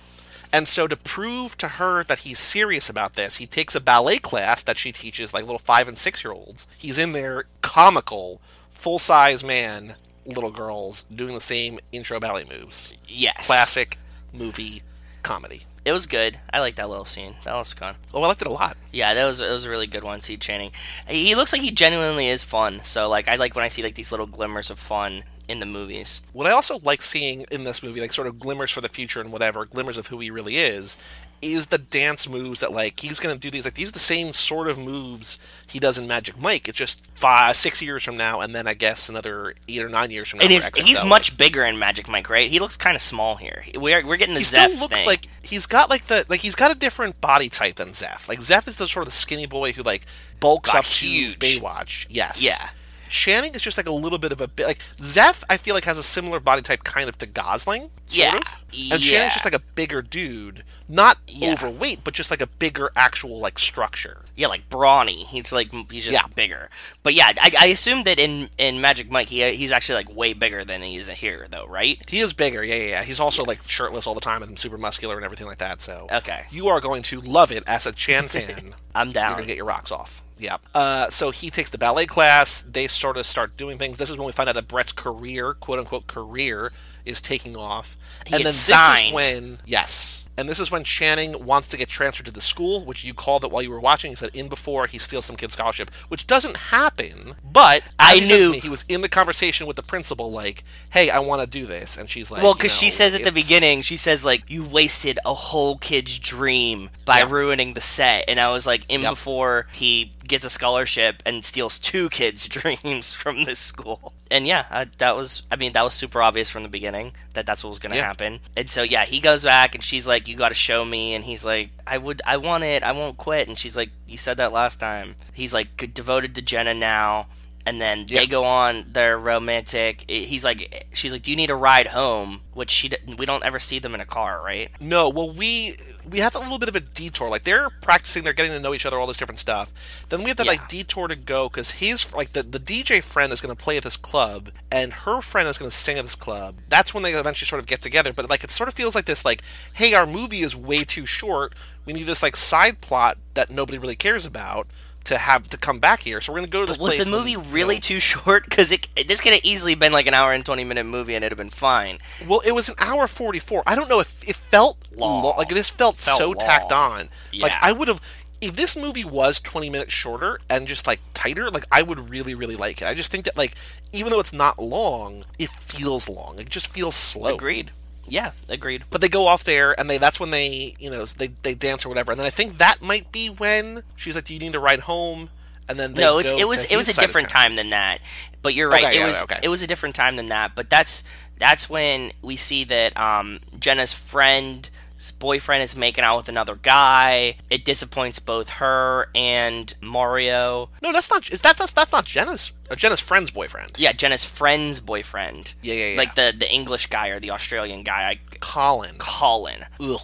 Speaker 2: And so to prove to her that he's serious about this, he takes a ballet class that she teaches like little five and six year olds. He's in there comical, full size man, little girls doing the same intro ballet moves.
Speaker 3: yes.
Speaker 2: Classic movie comedy.
Speaker 3: It was good. I like that little scene. That was fun.
Speaker 2: Oh, I liked it a lot.
Speaker 3: Yeah, that was that was a really good one. See Channing, he he looks like he genuinely is fun. So like I like when I see like these little glimmers of fun in the movies.
Speaker 2: What I also like seeing in this movie, like sort of glimmers for the future and whatever, glimmers of who he really is, is the dance moves that like he's gonna do these like these are the same sort of moves he does in Magic Mike. It's just five six years from now and then I guess another eight or nine years from now.
Speaker 3: And
Speaker 2: for
Speaker 3: he's
Speaker 2: XFL.
Speaker 3: he's much bigger in Magic Mike, right? He looks kind of small here. We're we're getting the
Speaker 2: he
Speaker 3: Zeph
Speaker 2: still looks
Speaker 3: thing.
Speaker 2: like he's got like the like he's got a different body type than Zeph. Like Zeph is the sort of the skinny boy who like bulks
Speaker 3: Got
Speaker 2: up
Speaker 3: huge.
Speaker 2: to Baywatch. Yes.
Speaker 3: Yeah.
Speaker 2: Channing is just like a little bit of a bit like Zeph. I feel like has a similar body type kind of to Gosling.
Speaker 3: Yeah.
Speaker 2: Sort of. And
Speaker 3: Yeah.
Speaker 2: Channing's just like a bigger dude, not
Speaker 3: Yeah.
Speaker 2: overweight, but just like a bigger actual like structure.
Speaker 3: yeah, like brawny. He's like he's just
Speaker 2: Yeah.
Speaker 3: bigger. But yeah, I, I assume that in in Magic Mike he he's actually like way bigger than he is here though, right?
Speaker 2: He is bigger, yeah, yeah, yeah. He's also like shirtless all the time and super muscular and everything like that. So
Speaker 3: Okay.
Speaker 2: you are going to love it as a Chan fan.
Speaker 3: I'm
Speaker 2: You're
Speaker 3: down.
Speaker 2: gonna get your rocks off. Yeah. Uh, so he takes the ballet class. They sort of start doing things. This is when we find out that Brett's career, quote unquote, career is taking off.
Speaker 3: He
Speaker 2: and then
Speaker 3: gets
Speaker 2: this
Speaker 3: signed.
Speaker 2: is when yes, and this is when Channing wants to get transferred to the school, which you called it while you were watching. You said in before he steals some kid's scholarship, which doesn't happen. But
Speaker 3: I
Speaker 2: as you said to
Speaker 3: knew-
Speaker 2: me, he was in the conversation with the principal, like, "Hey, I want to do this," and she's like,
Speaker 3: Well,
Speaker 2: you
Speaker 3: because she
Speaker 2: know,
Speaker 3: says at the
Speaker 2: it's-
Speaker 3: beginning, she says like you wasted a whole kid's dream by
Speaker 2: Yeah.
Speaker 3: ruining the set, and I was like, in
Speaker 2: Yep.
Speaker 3: before he gets a scholarship and steals two kids' dreams from this school, and yeah, I, that was, I mean, that was super obvious from the beginning that that's what was going to
Speaker 2: Yeah.
Speaker 3: happen, and so yeah, he goes back and she's like, you got to show me, and he's like, I would, I want it, I won't quit, and she's like, you said that last time. He's like devoted to Jenna now. And then they
Speaker 2: Yeah.
Speaker 3: go on their romantic. He's like, she's like, "Do you need a ride home?" Which she d- we don't ever see them in a car, right?
Speaker 2: No, well we we have a little bit of a detour. Like they're practicing, they're getting to know each other, all this different stuff. Then we have that
Speaker 3: Yeah.
Speaker 2: like detour to go because his like the the DJ friend is going to play at this club, and her friend is going to sing at this club. That's when they eventually sort of get together. But like it sort of feels like this like, hey, our movie is way too short. We need this like side plot that nobody really cares about to have to come back here. So we're going to go to this
Speaker 3: Was
Speaker 2: place.
Speaker 3: the
Speaker 2: and,
Speaker 3: movie
Speaker 2: you know,
Speaker 3: really too short? Because it this could have easily been like an hour and twenty minute movie, and it'd have been fine.
Speaker 2: Well, it was an hour forty four. I don't know if it felt
Speaker 3: Long.
Speaker 2: long. like this felt,
Speaker 3: Felt
Speaker 2: so tacked
Speaker 3: long.
Speaker 2: on. Like
Speaker 3: Yeah.
Speaker 2: I would have if this movie was twenty minutes shorter and just like tighter. Like I would really really like it. I just think that like even though it's not long, it feels long. It just feels slow.
Speaker 3: Agreed. Oh. Yeah, agreed.
Speaker 2: But they go off there and they that's when they you know they they dance or whatever. And then I think that might be when she's like, "Do you need to ride home?" And then they
Speaker 3: no, it's
Speaker 2: go
Speaker 3: it was
Speaker 2: to
Speaker 3: it was
Speaker 2: his
Speaker 3: a
Speaker 2: side of
Speaker 3: different
Speaker 2: town.
Speaker 3: time than that. But you're right.
Speaker 2: Okay,
Speaker 3: it
Speaker 2: yeah,
Speaker 3: was
Speaker 2: okay.
Speaker 3: it was a different time than that. But that's that's when we see that um, Jenna's friend his boyfriend is making out with another guy. It disappoints both her and Mario.
Speaker 2: No, that's not. Is that that's, that's not Jenna's uh, Jenna's friend's boyfriend?
Speaker 3: Yeah, Jenna's friend's boyfriend.
Speaker 2: Yeah, yeah, yeah.
Speaker 3: Like the the English guy or the Australian guy, I,
Speaker 2: Colin.
Speaker 3: Colin.
Speaker 2: Ugh.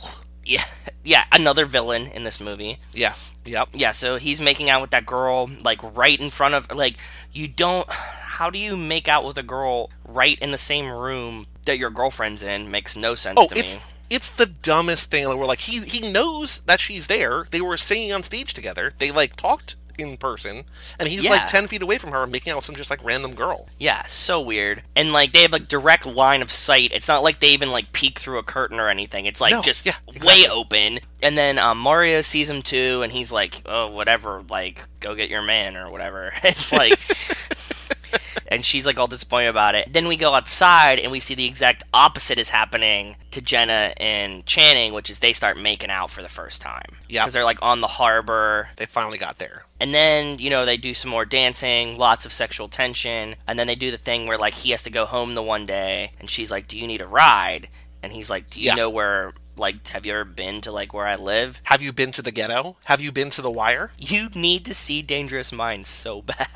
Speaker 3: Yeah, yeah, another villain in this movie.
Speaker 2: Yeah. Yep.
Speaker 3: Yeah, so he's making out with that girl like right in front of like you don't how do you make out with a girl right in the same room that your girlfriend's in? Makes no sense
Speaker 2: Oh,
Speaker 3: to me.
Speaker 2: it's it's the dumbest thing. We're like he he knows that she's there. They were singing on stage together. They like talked in person, and he's
Speaker 3: Yeah.
Speaker 2: like ten feet away from her, making out with some just like random girl.
Speaker 3: Yeah, so weird. And like they have like direct line of sight. It's not like they even like peek through a curtain or anything. It's like
Speaker 2: No,
Speaker 3: just
Speaker 2: yeah,
Speaker 3: way
Speaker 2: exactly.
Speaker 3: open. And then um, Mario sees him too, and he's like, "Oh, whatever. Like, go get your man or whatever." and like. And she's like all disappointed about it. Then we go outside and we see the exact opposite is happening to Jenna and Channing, which is they start making out for the first time.
Speaker 2: Yeah.
Speaker 3: Because they're like on the harbor.
Speaker 2: They finally got there.
Speaker 3: And then, you know, they do some more dancing, lots of sexual tension, and then they do the thing where like he has to go home the one day and she's like, "Do you need a ride?" And he's like, "Do you
Speaker 2: Yeah.
Speaker 3: know where like have you ever been to like where I live?
Speaker 2: Have you been to the ghetto? Have you been to the wire?
Speaker 3: You need to see Dangerous Minds so bad."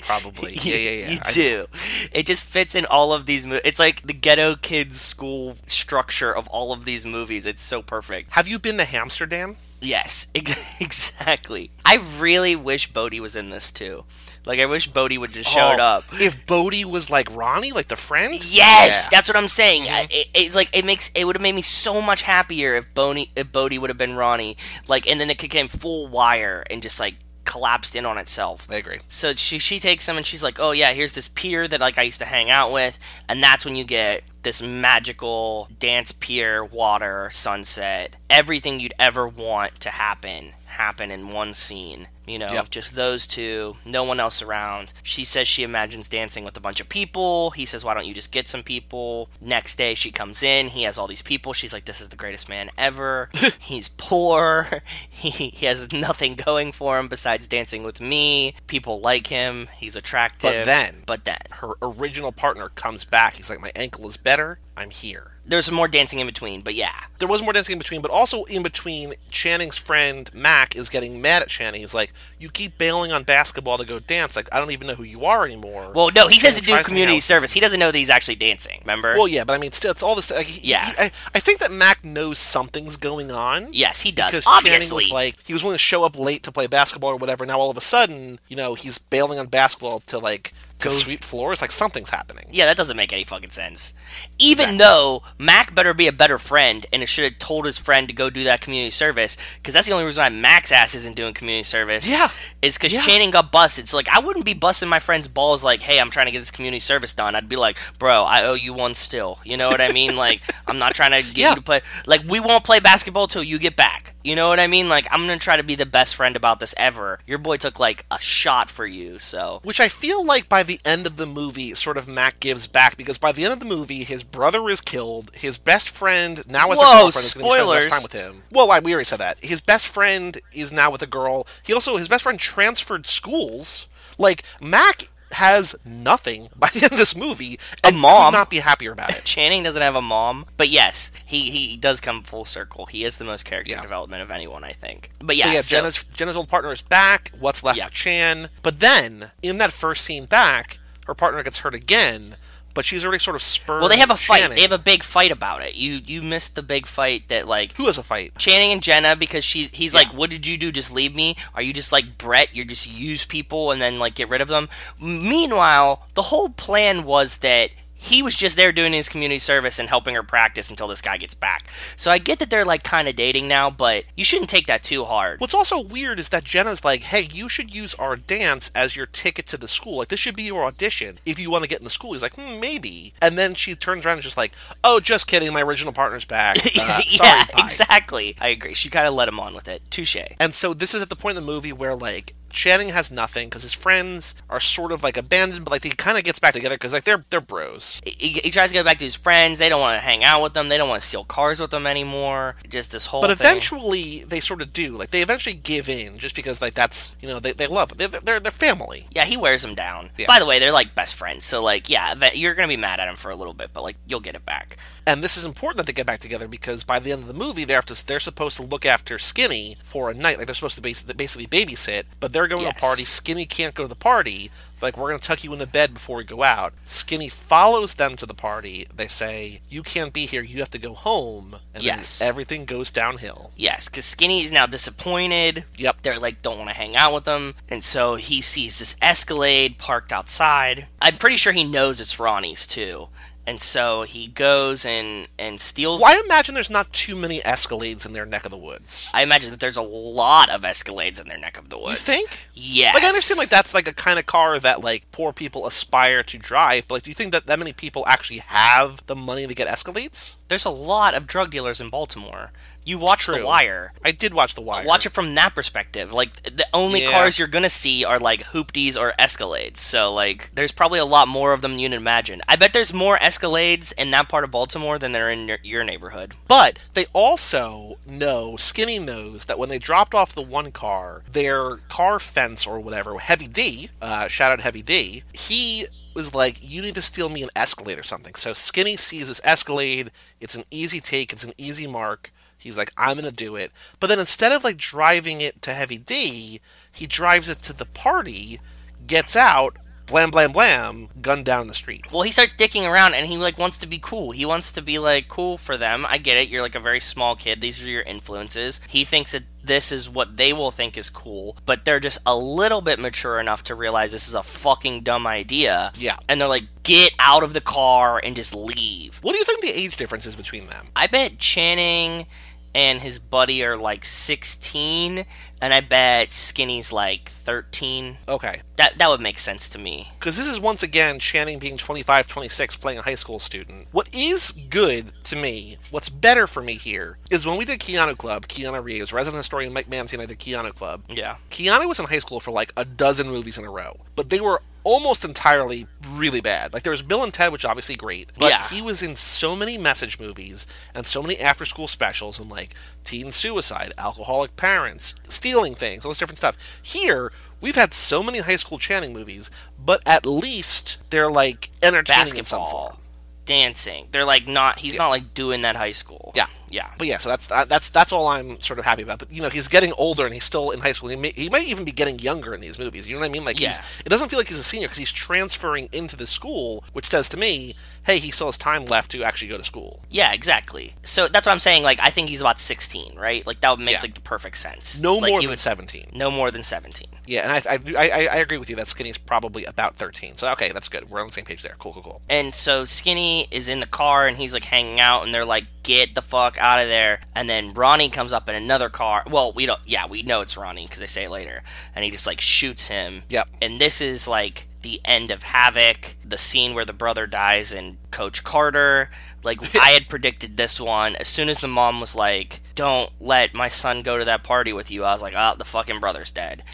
Speaker 2: Probably. Yeah, yeah, yeah.
Speaker 3: you
Speaker 2: I-
Speaker 3: do. It just fits in all of these movies. It's like the ghetto kids school structure of all of these movies. It's so perfect.
Speaker 2: have you been to Amsterdam?
Speaker 3: Yes, ex- exactly. I really wish Bodhi was in this too. Like I wish Bodhi would just showed
Speaker 2: Oh,
Speaker 3: up.
Speaker 2: If Bodie was like Ronnie, like the friend.
Speaker 3: Yes,
Speaker 2: Yeah. Mm-hmm.
Speaker 3: that's what I'm saying. I- It, it's like it makes it would have made me so much happier if Boney if Bodie would have been Ronnie. Like, and then it became full wire and just like collapsed in on itself.
Speaker 2: I agree.
Speaker 3: So she she takes him and she's like, oh yeah, here's this pier that like I used to hang out with, and that's when you get this magical dance pier, water, sunset, everything you'd ever want to happen happen in one scene. You know,
Speaker 2: Yep.
Speaker 3: just those two, no one else around. She says she imagines dancing with a bunch of people. He says, Why don't you just get some people? Next day, she comes in. He has all these people. She's like, This is the greatest man ever. He's poor. He, he has nothing going for him besides dancing with me. People like him. He's attractive.
Speaker 2: then-
Speaker 3: But then.
Speaker 2: Her original partner comes back. He's like, my ankle is better. I'm here.
Speaker 3: There's some more dancing in between, but yeah.
Speaker 2: there was more dancing in between, but also in between, Channing's friend Mac is getting mad at Channing. He's like, "You keep bailing on basketball to go dance. Like, I don't even know who you are anymore."
Speaker 3: Well, no, he says to
Speaker 2: And
Speaker 3: do
Speaker 2: tries to
Speaker 3: community
Speaker 2: help.
Speaker 3: service. He doesn't know that he's actually dancing, remember?
Speaker 2: Well, yeah, but I mean, still, it's all this. Like, he-
Speaker 3: Yeah.
Speaker 2: he- I, I think that Mac knows something's going on.
Speaker 3: yes, he does.
Speaker 2: Because Channing
Speaker 3: Obviously.
Speaker 2: was like he was willing to show up late to play basketball or whatever. Now all of a sudden, you know, he's bailing on basketball to like to sweep floors. Like something's happening.
Speaker 3: Yeah, that doesn't make any fucking sense. Even though Mac better be a better friend and it should have told his friend to go do that community service, because that's the only reason why Mac's ass isn't doing community service.
Speaker 2: Yeah.
Speaker 3: Is because
Speaker 2: Yeah.
Speaker 3: Channing got busted. So, like, I wouldn't be busting my friend's balls like, hey, I'm trying to get this community service done. I'd be like, bro, I owe you one still. You know what I mean? like, I'm not trying to get
Speaker 2: Yeah.
Speaker 3: you to play. Like, we won't play basketball till you get back. You know what I mean? Like, I'm going to try to be the best friend about this ever. Your boy took, like, a shot for you, so.
Speaker 2: Which I feel like by the end of the movie, sort of Mac gives back because by the end of the movie, his brother is killed. His best friend now has
Speaker 3: Whoa,
Speaker 2: a girlfriend is going to spend
Speaker 3: spoilers.
Speaker 2: less time with him. Well, I, we already said that. His best friend is now with a girl. He also his best friend transferred schools. Like Mac has nothing by the end of this movie, and
Speaker 3: mom.
Speaker 2: could not be happier about it.
Speaker 3: Channing doesn't have a mom, but yes, he he does come full circle. He is the most character
Speaker 2: Yeah.
Speaker 3: development of anyone, I think. But yeah,
Speaker 2: But yeah,
Speaker 3: so-
Speaker 2: Jenna's Jenna's old partner is back. What's left
Speaker 3: Yeah.
Speaker 2: for Chan? But then in that first scene back, her partner gets hurt again. But she's already sort of spurred.
Speaker 3: well, they have a fight.
Speaker 2: Channing.
Speaker 3: They have a big fight about it. You you missed the big fight that like
Speaker 2: who has a fight?
Speaker 3: Channing and Jenna because she's he's like, what did you do? Just leave me? Are you just like Brett? You just use people and then like get rid of them. Meanwhile, the whole plan was that. He was just there doing his community service and helping her practice until this guy gets back. So I get that they're like kind of dating now, but you shouldn't take that too hard.
Speaker 2: What's also weird is that Jenna's like, hey, you should use our dance as your ticket to the school. Like, this should be your audition if you want to get in the school. He's like, hmm, maybe. And then she turns around and just like, oh, just kidding. My original partner's back. Uh,
Speaker 3: yeah,
Speaker 2: sorry, bye.
Speaker 3: exactly. I agree. She kind of let him on with it. Touche.
Speaker 2: And so this is at the point in the movie where like Channing has nothing because his friends are sort of like abandoned, but like he kind of gets back together because like they're they're bros.
Speaker 3: He, he tries to go back to his friends. They don't want to hang out with them. They don't want to steal cars with them anymore. Just this whole.
Speaker 2: But
Speaker 3: thing.
Speaker 2: eventually they sort of do. Like they eventually give in just because like that's you know they, they love it. They're, they're they're family.
Speaker 3: Yeah, he wears them down.
Speaker 2: Yeah.
Speaker 3: By the way, they're like best friends. So like, yeah, that- you're gonna be mad at him for a little bit, but like, you'll get it back.
Speaker 2: And this is important that they get back together because by the end of the movie, they have to, they're supposed to look after Skinny for a night. Like they're supposed to basi- basically babysit, but they're going to
Speaker 3: Yes.
Speaker 2: a party. Skinny can't go to the party. Like we're going to tuck you into bed before we go out. Skinny follows them to the party. They say you can't be here. You have to go home. And
Speaker 3: Yes.
Speaker 2: then everything goes downhill.
Speaker 3: Yes, because Skinny is now disappointed.
Speaker 2: Yep.
Speaker 3: They're like, don't want to hang out with him. And so he sees this Escalade parked outside. I'm pretty sure he knows it's Ronnie's too. And so he goes and, and steals.
Speaker 2: Well, I imagine there's not too many Escalades in their neck of the woods.
Speaker 3: I imagine that there's a lot of Escalades in their neck of the woods.
Speaker 2: think?
Speaker 3: Yes.
Speaker 2: Like I understand, like that's like a kind of car that like poor people aspire to drive. But like, do you think that that many people actually have the money to get Escalades?
Speaker 3: There's a lot of drug dealers in Baltimore. You watch The
Speaker 2: True.
Speaker 3: Wire.
Speaker 2: I did watch The Wire.
Speaker 3: Watch it from that perspective. Like the only
Speaker 2: Yeah.
Speaker 3: cars you're gonna see are like hoopties or Escalades. So like, there's probably a lot more of them than you'd imagine. I bet there's more Escalades in that part of Baltimore than there are in your, your neighborhood.
Speaker 2: But they also know, Skinny knows, that when they dropped off the one car, their car fence or whatever, Heavy D, uh, shout out Heavy D, he was like, You need to steal me an Escalade or something. So Skinny sees this Escalade. It's an easy take, it's an easy mark. He's like, I'm going to do it. But then instead of like driving it to Heavy D, he drives it to the party, gets out, blam, blam, blam, gunned down in the street.
Speaker 3: Well, he starts dicking around and he like wants to be cool. He wants to be like cool for them. I get it. You're like a very small kid. These are your influences. He thinks that this is what they will think is cool, but they're just a little bit mature enough to realize this is a fucking dumb idea.
Speaker 2: Yeah.
Speaker 3: And they're like, "Get out of the car and just leave."
Speaker 2: What do you think the age difference is between them?
Speaker 3: I bet Channing and his buddy are like 16 and I bet Skinny's like 13.
Speaker 2: Okay.
Speaker 3: That that would make sense to me.
Speaker 2: because this is once again Channing being 25, 26, playing a high school student. What is good to me, what's better for me here, is when we did Keanu Club, Keanu Reeves, resident historian Mike Manzi and I did Keanu Club.
Speaker 3: Yeah.
Speaker 2: Keanu was in high school for like a dozen movies in a row, but they were almost entirely really bad. Like there was Bill and Ted, which obviously great, but
Speaker 3: Yeah.
Speaker 2: he was in so many message movies and so many after school specials and like teen suicide, alcoholic parents, stealing things, all this different stuff. Here, we've had so many high school Channing movies, but at least they're like entertaining in some form.
Speaker 3: Basketball, dancing. They're like not he's not like doing that high school.
Speaker 2: Yeah.
Speaker 3: Yeah.
Speaker 2: But yeah, so that's that- that's that's all I'm sort of happy about. But you know, he's getting older and he's still in high school. He may, he might even be getting younger in these movies. You know what I mean? Like,
Speaker 3: Yeah.
Speaker 2: he's, it doesn't feel like he's a senior because he's transferring into the school, which says to me, hey, he still has time left to actually go to school.
Speaker 3: Yeah, exactly. So that's what I'm saying like I think he's about 16, right? Like that would make
Speaker 2: Yeah.
Speaker 3: like the perfect sense.
Speaker 2: No
Speaker 3: Like,
Speaker 2: more
Speaker 3: he
Speaker 2: than
Speaker 3: would-
Speaker 2: seventeen.
Speaker 3: No more than 17.
Speaker 2: Yeah, and I I, do- I I I agree with you that Skinny's probably about thirteen. So okay, that's good. We're on the same page there. Cool, cool, cool.
Speaker 3: And so Skinny is in the car and he's like hanging out and they're like, get the fuck out of there. And then Ronnie comes up in another car. Well, we don't, yeah, we know it's Ronnie because they say it later. And he just like shoots him.
Speaker 2: Yep.
Speaker 3: And this is like the end of Havoc, the scene where the brother dies and Coach Carter. Like, I had predicted this one. As soon as the mom was like, don't let my son go to that party with you, I was like, oh, the fucking brother's dead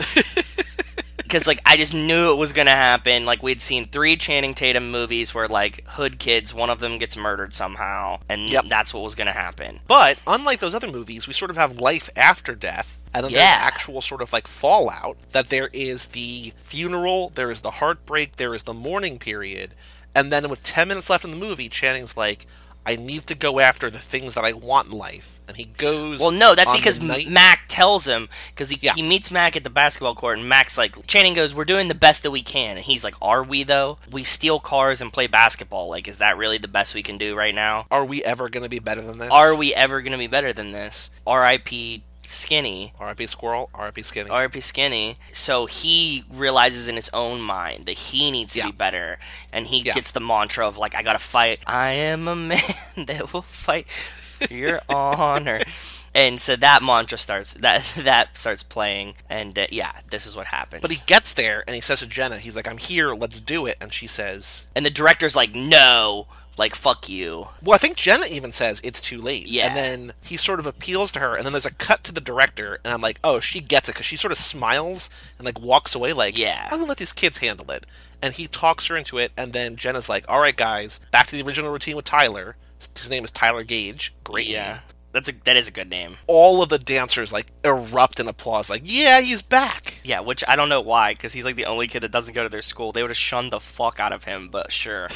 Speaker 3: because like I just knew it was gonna happen. Like we'd seen three Channing Tatum movies where like hood kids, one of them gets murdered somehow, and
Speaker 2: Yep.
Speaker 3: that's what was gonna happen.
Speaker 2: But unlike those other movies, we sort of have life after death. And then
Speaker 3: Yeah.
Speaker 2: there's actual sort of like fallout that there is the funeral, there is the heartbreak, there is the mourning period. And then with 10 minutes left in the movie, Channing's like, I need to go after the things that I want in life. And he goes.
Speaker 3: Well, no, that's
Speaker 2: on the
Speaker 3: because
Speaker 2: night-
Speaker 3: Mac tells him because he,
Speaker 2: Yeah.
Speaker 3: he meets Mac at the basketball court, and Mac's like Channing goes, "We're doing the best that we can," and he's like, "Are we though? We steal cars and play basketball. Like, is that really the best we can do right now?
Speaker 2: Are we ever going to be better than this?
Speaker 3: Are we ever gonna be better than this?" R.I.P. Skinny.
Speaker 2: RIP Squirrel, RIP Skinny.
Speaker 3: RP Skinny. So he realizes in his own mind that he needs to
Speaker 2: Yeah.
Speaker 3: be better, and he
Speaker 2: Yeah.
Speaker 3: gets the mantra of like, "I gotta fight. I am a man that will fight for your honor." And so that mantra starts that that starts playing, and uh, yeah, this is what happens.
Speaker 2: but he gets there and he says to Jenna, he's like, I'm here, let's do it. And she says,
Speaker 3: and the director's like, "No." like fuck you.
Speaker 2: Well, I think Jenna even says it's too late.
Speaker 3: Yeah.
Speaker 2: And then he sort of appeals to her, and then there's a cut to the director, and I'm like, oh, she gets it because she sort of smiles and like walks away, like,
Speaker 3: Yeah.
Speaker 2: I'm gonna let these kids handle it. And he talks her into it, and then Jenna's like, all right, guys, back to the original routine with Tyler. His name is Tyler Gage. Great. name.
Speaker 3: Yeah, that's a that is a good name.
Speaker 2: All of the dancers like erupt in applause, like, yeah, he's back.
Speaker 3: Yeah, which I don't know why, because he's like the only kid that doesn't go to their school. They would have shunned the fuck out of him, but sure.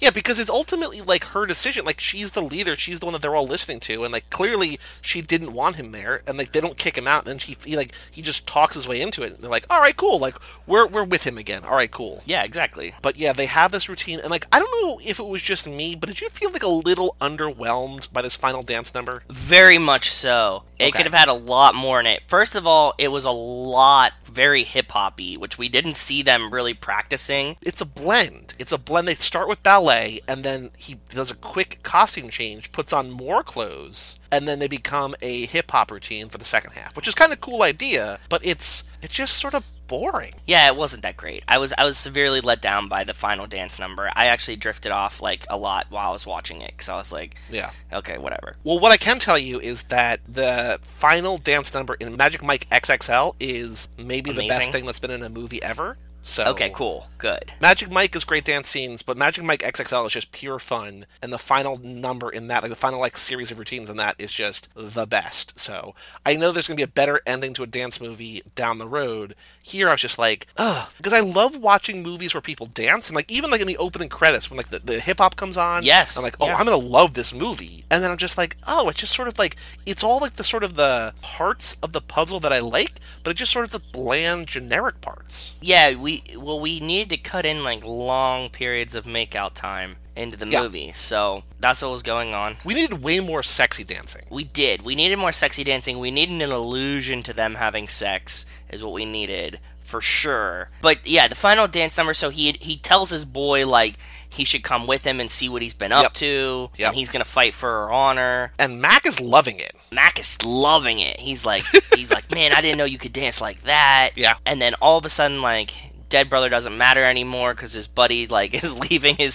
Speaker 2: Yeah, because it's ultimately like her decision. Like she's the leader, she's the one that they're all listening to, and like clearly she didn't want him there, and like they don't kick him out, and then she he, like he just talks his way into it, and they're like, all right, cool, like we're we're with him again, all right, cool.
Speaker 3: yeah, exactly.
Speaker 2: But yeah, they have this routine, and like I don't know if it was just me, but did you feel like a little underwhelmed by this final dance number?
Speaker 3: Very much so. It
Speaker 2: Okay.
Speaker 3: could have had a lot more in it. First of all, it was a lot very hip hoppy, which we didn't see them really practicing.
Speaker 2: It's a blend. It's a blend. They start with ballet, and then he does a quick costume change, puts on more clothes, and then they become a hip hop routine for the second half, which is kind of cool idea. But it's it's just sort of boring.
Speaker 3: Yeah, it wasn't that great. I was I was severely let down by the final dance number. I actually drifted off like a lot while I was watching it because I was like,
Speaker 2: Yeah.
Speaker 3: okay, whatever.
Speaker 2: Well, what I can tell you is that the final dance number in Magic Mike XXL is maybe the best
Speaker 3: Amazing.
Speaker 2: thing that's been in a movie ever. So
Speaker 3: Okay, cool, good.
Speaker 2: Magic Mike is great dance scenes, but Magic Mike XXL is just pure fun, and the final number in that, like the final like series of routines in that, is just the best. So I know there's gonna be a better ending to a dance movie down the road. Here I was just like, ugh, because I love watching movies where people dance, and like even like in the opening credits when like the, the hip hop comes on,
Speaker 3: Yes,
Speaker 2: I'm like, oh,
Speaker 3: yeah.
Speaker 2: I'm gonna love this movie, and then I'm just like, oh, it's just sort of like it's all like the sort of the parts of the puzzle that I like, but it's just sort of the bland, generic parts.
Speaker 3: Yeah, we well we needed to cut in like long periods of makeout time into the
Speaker 2: Yeah.
Speaker 3: movie, so that's what was going on.
Speaker 2: We needed way more sexy dancing.
Speaker 3: We did. We needed more sexy dancing. We needed an allusion to them having sex is what we needed for sure. But yeah, the final dance number. So he he tells his boy like he should come with him and see what he's been up
Speaker 2: Yep.
Speaker 3: to,
Speaker 2: Yep.
Speaker 3: and he's gonna fight for her honor.
Speaker 2: and Mac is loving it.
Speaker 3: Mac is loving it. He's like he's like, man, I didn't know you could dance like that.
Speaker 2: Yeah.
Speaker 3: And then all of a sudden, like. Dead brother doesn't matter anymore because his buddy like is leaving his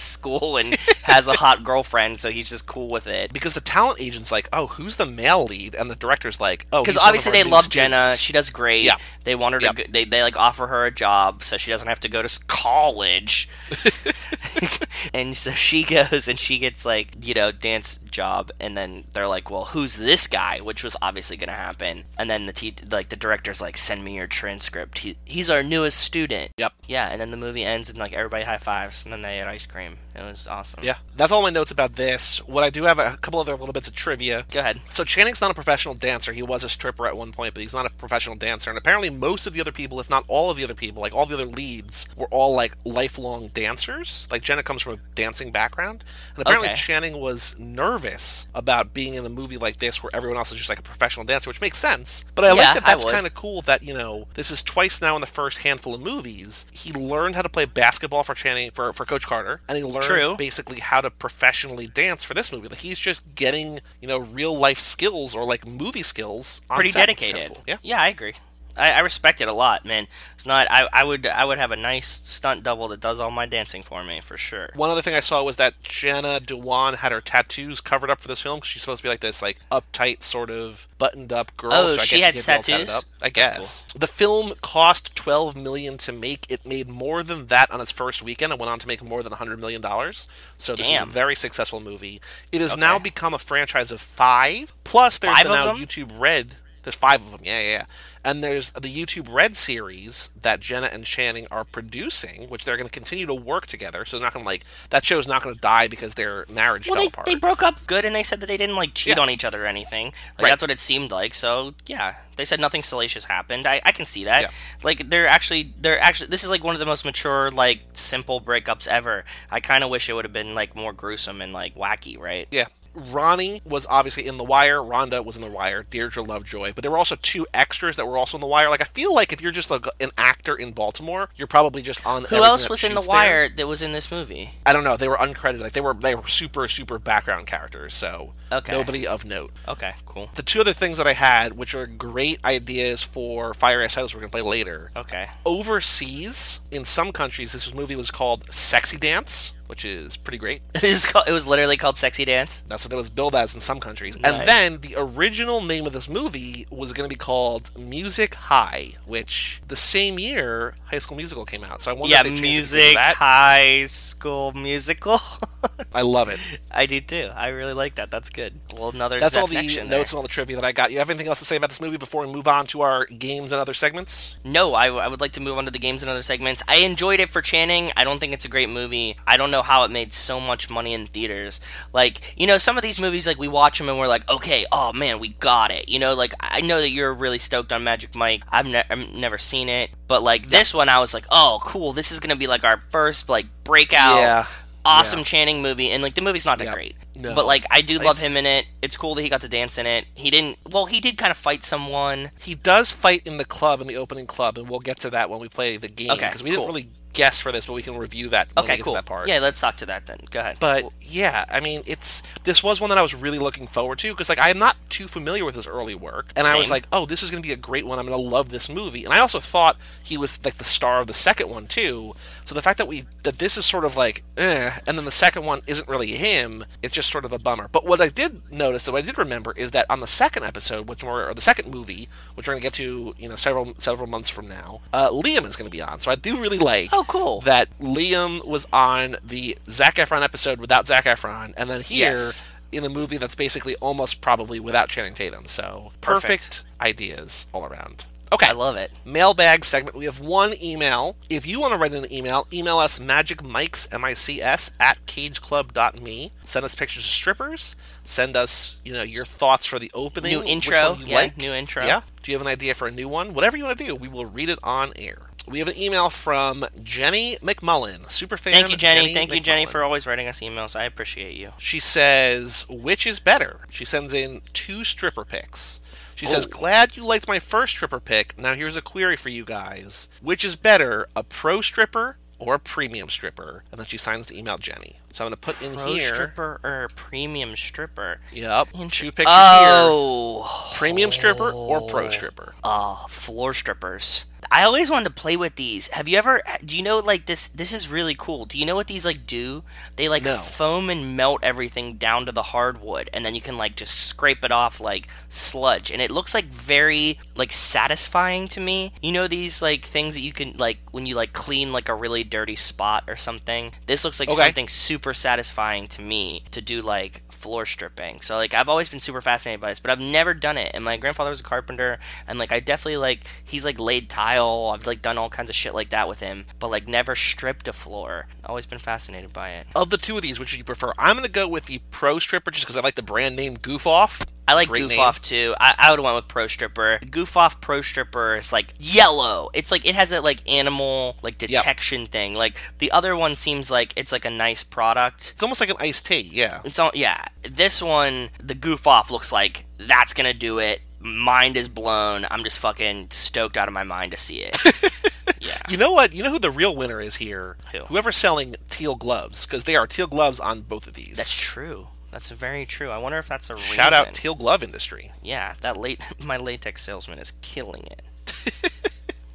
Speaker 3: school and has a hot girlfriend, so he's just cool with it.
Speaker 2: Because the talent agent's like, oh, who's the male lead? And the director's like, oh,
Speaker 3: because
Speaker 2: he's one of
Speaker 3: obviously
Speaker 2: our
Speaker 3: they
Speaker 2: new
Speaker 3: love
Speaker 2: students.
Speaker 3: Jenna. She does great.
Speaker 2: Yeah.
Speaker 3: They want her to.
Speaker 2: Yep.
Speaker 3: Go, they they like offer her a job so she doesn't have to go to s- college. and so she goes and she gets like you know dance job and then they're like well who's this guy which was obviously going to happen and then the te- like the director's like send me your transcript he- he's our newest student
Speaker 2: Yep.
Speaker 3: yeah and then the movie ends and like everybody high fives and then they had ice cream it was awesome
Speaker 2: Yeah, that's all my notes about this. What I do have a couple other little bits of trivia.
Speaker 3: go ahead
Speaker 2: So Channing's not a professional dancer. He was a stripper at one point, but he's not a professional dancer. And apparently, most of the other people, if not all of the other people, like all the other leads, were all like lifelong dancers. Like Jenna comes from a dancing background, and apparently
Speaker 3: Okay.
Speaker 2: Channing was nervous about being in a movie like this where everyone else is just like a professional dancer, which makes sense. But I
Speaker 3: Yeah,
Speaker 2: like that.
Speaker 3: I
Speaker 2: That's
Speaker 3: would.
Speaker 2: kind of cool. That you know, this is twice now in the first handful of movies. He learned how to play basketball for Channing for for Coach Carter, and he learned
Speaker 3: True.
Speaker 2: basically how to professionally dance for this movie. Like he's just getting you know real life skills or like movie skills. On
Speaker 3: pretty
Speaker 2: set, which is kinda
Speaker 3: dedicated.
Speaker 2: cool. Yeah.
Speaker 3: I agree. I, I respect it a lot, man. It's not. I, I would. I would have a nice stunt double that does all my dancing for me for sure.
Speaker 2: One other thing I saw was that Jenna Dewan had her tattoos covered up for this film because she's supposed to be like this, like uptight sort of buttoned-up girl.
Speaker 3: Oh,
Speaker 2: so I guess
Speaker 3: she had
Speaker 2: could be all tatted
Speaker 3: tattoos?
Speaker 2: up, I
Speaker 3: That's
Speaker 2: guess the film cost twelve million to make. It made more than that on its first weekend and went on to make more than hundred million dollars. So this is a
Speaker 3: Damn.
Speaker 2: very successful movie. It has now become a franchise of five. Plus, there's
Speaker 3: Five
Speaker 2: the
Speaker 3: of
Speaker 2: now
Speaker 3: them?
Speaker 2: YouTube Red. There's five of them. Yeah, yeah, yeah. And there's the YouTube Red series that Jenna and Channing are producing, which they're going to continue to work together. So they're not going to like that show's not going to die because their marriage
Speaker 3: Well,
Speaker 2: fell
Speaker 3: they,
Speaker 2: apart.
Speaker 3: they broke up good, and they said that they didn't like cheat
Speaker 2: Yeah.
Speaker 3: on each other or anything. Like
Speaker 2: Right.
Speaker 3: that's what it seemed like. So yeah, they said nothing salacious happened. I, I can see that.
Speaker 2: Yeah.
Speaker 3: Like they're actually they're actually this is like one of the most mature like simple breakups ever. I kind of wish it would have been like more gruesome and like wacky, right?
Speaker 2: Yeah. Ronnie was obviously in The Wire. Rhonda was in The Wire. Deirdre Lovejoy. But there were also two extras that were also in The Wire. Like, I feel like if you're just like an actor in Baltimore, you're probably just on.
Speaker 3: Who else was in the Wire that was in this movie?
Speaker 2: I don't know. They were uncredited. Like, they were they were super super background characters. So
Speaker 3: Okay.
Speaker 2: nobody of note.
Speaker 3: Okay, cool.
Speaker 2: The two other things that I had, which are great ideas for Fire Ass House, we're gonna play later.
Speaker 3: Okay.
Speaker 2: Overseas, in some countries, this movie was called Sexy Dance. which is pretty great.
Speaker 3: It was, called, it was literally called Sexy Dance.
Speaker 2: That's what it was billed as in some countries.
Speaker 3: Nice.
Speaker 2: And then the original name of this movie was going to be called Music High, which the same year High School Musical came out. So I wonder
Speaker 3: yeah,
Speaker 2: if they changed it because of
Speaker 3: music,
Speaker 2: that.
Speaker 3: high school musical.
Speaker 2: I love it.
Speaker 3: I do too. I really like that. That's good. Well, another
Speaker 2: That's all the notes
Speaker 3: connection there.
Speaker 2: and all the trivia that I got. You have anything else to say about this movie before we move on to our games and other segments?
Speaker 3: No, I, I would like to move on to the games and other segments. I enjoyed it for Channing. I don't think it's a great movie. I don't know how it made so much money in theaters. Like, you know, some of these movies, like, we watch them and we're like, okay, oh man, we got it. You know, like, I know that you're really stoked on Magic Mike. I've, ne- I've never seen it. But, like, this one, I was like, oh, cool. This is going to be, like, our first, like, breakout,
Speaker 2: Yeah.
Speaker 3: awesome
Speaker 2: Yeah.
Speaker 3: Channing movie. And, like, the movie's not that
Speaker 2: Yeah.
Speaker 3: great.
Speaker 2: No.
Speaker 3: But, like, I do love
Speaker 2: It's-
Speaker 3: him in it. It's cool that he got to dance in it. He didn't, well, he did kind of fight someone.
Speaker 2: He does fight in the club, in the opening club, and we'll get to that when we play the game.
Speaker 3: Okay,
Speaker 2: Because we
Speaker 3: cool.
Speaker 2: didn't really guess for this, but we can review that when we
Speaker 3: Okay,
Speaker 2: get
Speaker 3: cool.
Speaker 2: to that part.
Speaker 3: Yeah, let's talk to that then. Go ahead.
Speaker 2: But yeah, I mean, it's this was one that I was really looking forward to because like I'm not too familiar with his early work, and I was
Speaker 3: Same.
Speaker 2: like, oh, this is going to be a great one. I'm going to love this movie, and I also thought he was like the star of the second one too. So the fact that we that this is sort of like, eh, and then the second one isn't really him, it's just sort of a bummer. But what I did notice, though, I did remember is that on the second episode, which we're or the second movie, which we're going to get to, you know, several several months from now, uh, Liam is going to be on. So I do really like
Speaker 3: Oh, cool.
Speaker 2: that Liam was on the Zac Efron episode without Zac Efron, and then here
Speaker 3: Yes.
Speaker 2: in a movie that's basically almost probably without Channing Tatum. So perfect,
Speaker 3: Perfect.
Speaker 2: ideas all around. Okay.
Speaker 3: I love it.
Speaker 2: Mailbag segment. We have one email. If you want to write an email, email us magicmikes, M-I-C-S, at cageclub.me. Send us pictures of strippers. Send us, you know, your thoughts for the opening.
Speaker 3: New
Speaker 2: which
Speaker 3: intro,
Speaker 2: one you
Speaker 3: yeah,
Speaker 2: like.
Speaker 3: new intro.
Speaker 2: Yeah. Do you have an idea for a new one? Whatever you want to do, we will read it on air. We have an email from Jenny McMullen, superfan.
Speaker 3: Thank you, Jenny. Thank you, Jenny,
Speaker 2: McMullen.
Speaker 3: for always writing us emails. I appreciate you.
Speaker 2: She says, which is better? She sends in two stripper picks. She says,
Speaker 3: Oh.
Speaker 2: glad you liked my first stripper pick. Now here's a query for you guys. Which is better, a pro stripper or a premium stripper? And then she signs the email Jenny. So I'm going to put in
Speaker 3: Pro
Speaker 2: here.
Speaker 3: stripper or premium stripper?
Speaker 2: Yep. Two pictures here.
Speaker 3: Oh,
Speaker 2: Premium stripper or pro stripper?
Speaker 3: oh, floor strippers. I always wanted to play with these. Have you ever? Do you know like this? This is really cool. Do you know what these like do? They like
Speaker 2: No.
Speaker 3: foam and melt everything down to the hardwood, and then you can like just scrape it off like sludge, and it looks like very like satisfying to me. You know these like things that you can like when you like clean like a really dirty spot or something. This looks like
Speaker 2: Okay.
Speaker 3: something super satisfying to me to do like floor stripping. So like I've always been super fascinated by this, but I've never done it. And my grandfather was a carpenter, and like I definitely like he's like laid tile. I've like done all kinds of shit like that with him, but like never stripped a floor. Always been fascinated by it.
Speaker 2: Of the two of these, which do you prefer? I'm going to go with the pro stripper just because I like the brand name Goof Off.
Speaker 3: I like
Speaker 2: Great
Speaker 3: Goof
Speaker 2: name.
Speaker 3: Off too. I, I would have went with Pro Stripper. Goof Off Pro Stripper is like yellow. It's like it has that like animal like detection thing. Like the other one seems like it's like a nice product.
Speaker 2: It's almost like an iced tea, yeah.
Speaker 3: It's all yeah. This one, the goof off looks like that's gonna do it. Mind is blown. I'm just fucking stoked out of my mind to see it. yeah.
Speaker 2: You know what? You know who the real winner is here?
Speaker 3: Who?
Speaker 2: Whoever's selling teal gloves, because they are teal gloves on both of these.
Speaker 3: That's true. That's very true. I wonder if that's a
Speaker 2: Shout
Speaker 3: reason.
Speaker 2: out teal glove industry.
Speaker 3: yeah, that late my latex salesman is killing it.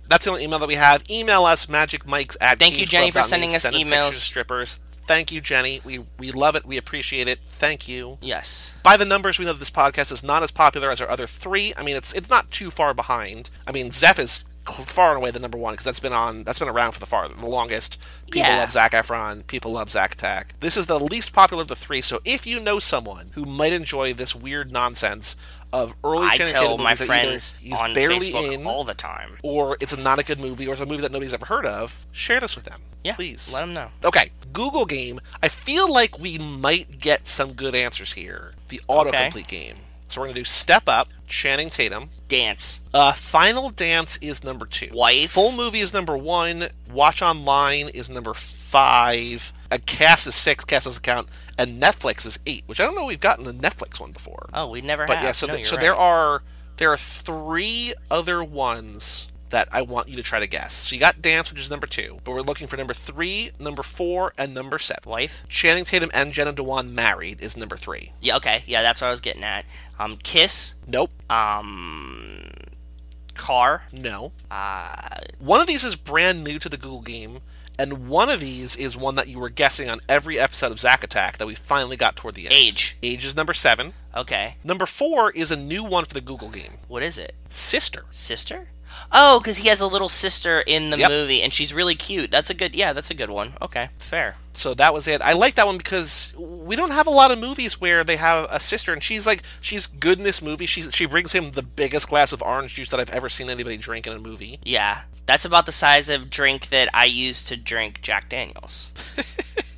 Speaker 2: That's the only email that we have. Email us magicmikes at
Speaker 3: Thank you, Jenny, for
Speaker 2: cageclub.me.
Speaker 3: sending us
Speaker 2: Send in
Speaker 3: emails.
Speaker 2: pictures of Strippers. Thank you, Jenny. We we love it. We appreciate it. Thank you.
Speaker 3: Yes.
Speaker 2: By the numbers, we know that this podcast is not as popular as our other three. I mean, it's it's not too far behind. I mean, Zeph is cl- far and away the number one because that's been on that's been around for the far the longest. People
Speaker 3: Yeah.
Speaker 2: love Zac Efron. People love Zac Attack. This is the least popular of the three. So if you know someone who might enjoy this weird nonsense of early,
Speaker 3: I
Speaker 2: Channing
Speaker 3: tell
Speaker 2: Tatum
Speaker 3: my
Speaker 2: movies that either
Speaker 3: friends
Speaker 2: he's
Speaker 3: on
Speaker 2: barely
Speaker 3: Facebook
Speaker 2: in,
Speaker 3: all the time.
Speaker 2: or it's not a good movie, or it's a movie that nobody's ever heard of, share this with them.
Speaker 3: Yeah.
Speaker 2: Please.
Speaker 3: let them know.
Speaker 2: Okay, Google game. I feel like we might get some good answers here. The autocomplete game. So we're going to do Step Up, Channing Tatum.
Speaker 3: Dance.
Speaker 2: Uh, Final Dance is number two.
Speaker 3: Wife.
Speaker 2: Full Movie is number one. Watch Online is number five. A cast is six, cast doesn't count. And Netflix is eight, which I don't know we've gotten a Netflix one before.
Speaker 3: Oh, we never
Speaker 2: But
Speaker 3: have.
Speaker 2: yeah, so,
Speaker 3: no,
Speaker 2: th-
Speaker 3: you're
Speaker 2: so
Speaker 3: right.
Speaker 2: there are there are three other ones that I want you to try to guess. So you got dance, which is number two, but we're looking for number three, number four, and number seven.
Speaker 3: wife.
Speaker 2: Channing Tatum and Jenna Dewan married is number three.
Speaker 3: Yeah. Okay. Yeah, that's what I was getting at. Um, kiss.
Speaker 2: Nope.
Speaker 3: Um, car.
Speaker 2: No.
Speaker 3: Uh,
Speaker 2: One of these is brand new to the Google game, And one of these is one that you were guessing on every episode of Zack Attack that we finally got toward the end.
Speaker 3: Age.
Speaker 2: Age is number seven.
Speaker 3: Okay.
Speaker 2: Number four is a new one for the Google game
Speaker 3: What is it?
Speaker 2: Sister.
Speaker 3: Sister? Oh, because he has a little sister in the
Speaker 2: Yep.
Speaker 3: movie, and she's really cute. That's a good. Yeah, that's a good one. Okay, fair.
Speaker 2: So that was it. I like that one because we don't have a lot of movies where they have a sister, and she's like she's good in this movie. She she brings him the biggest glass of orange juice that I've ever seen anybody drink in a movie.
Speaker 3: Yeah, that's about the size of drink that I used to drink Jack Daniels.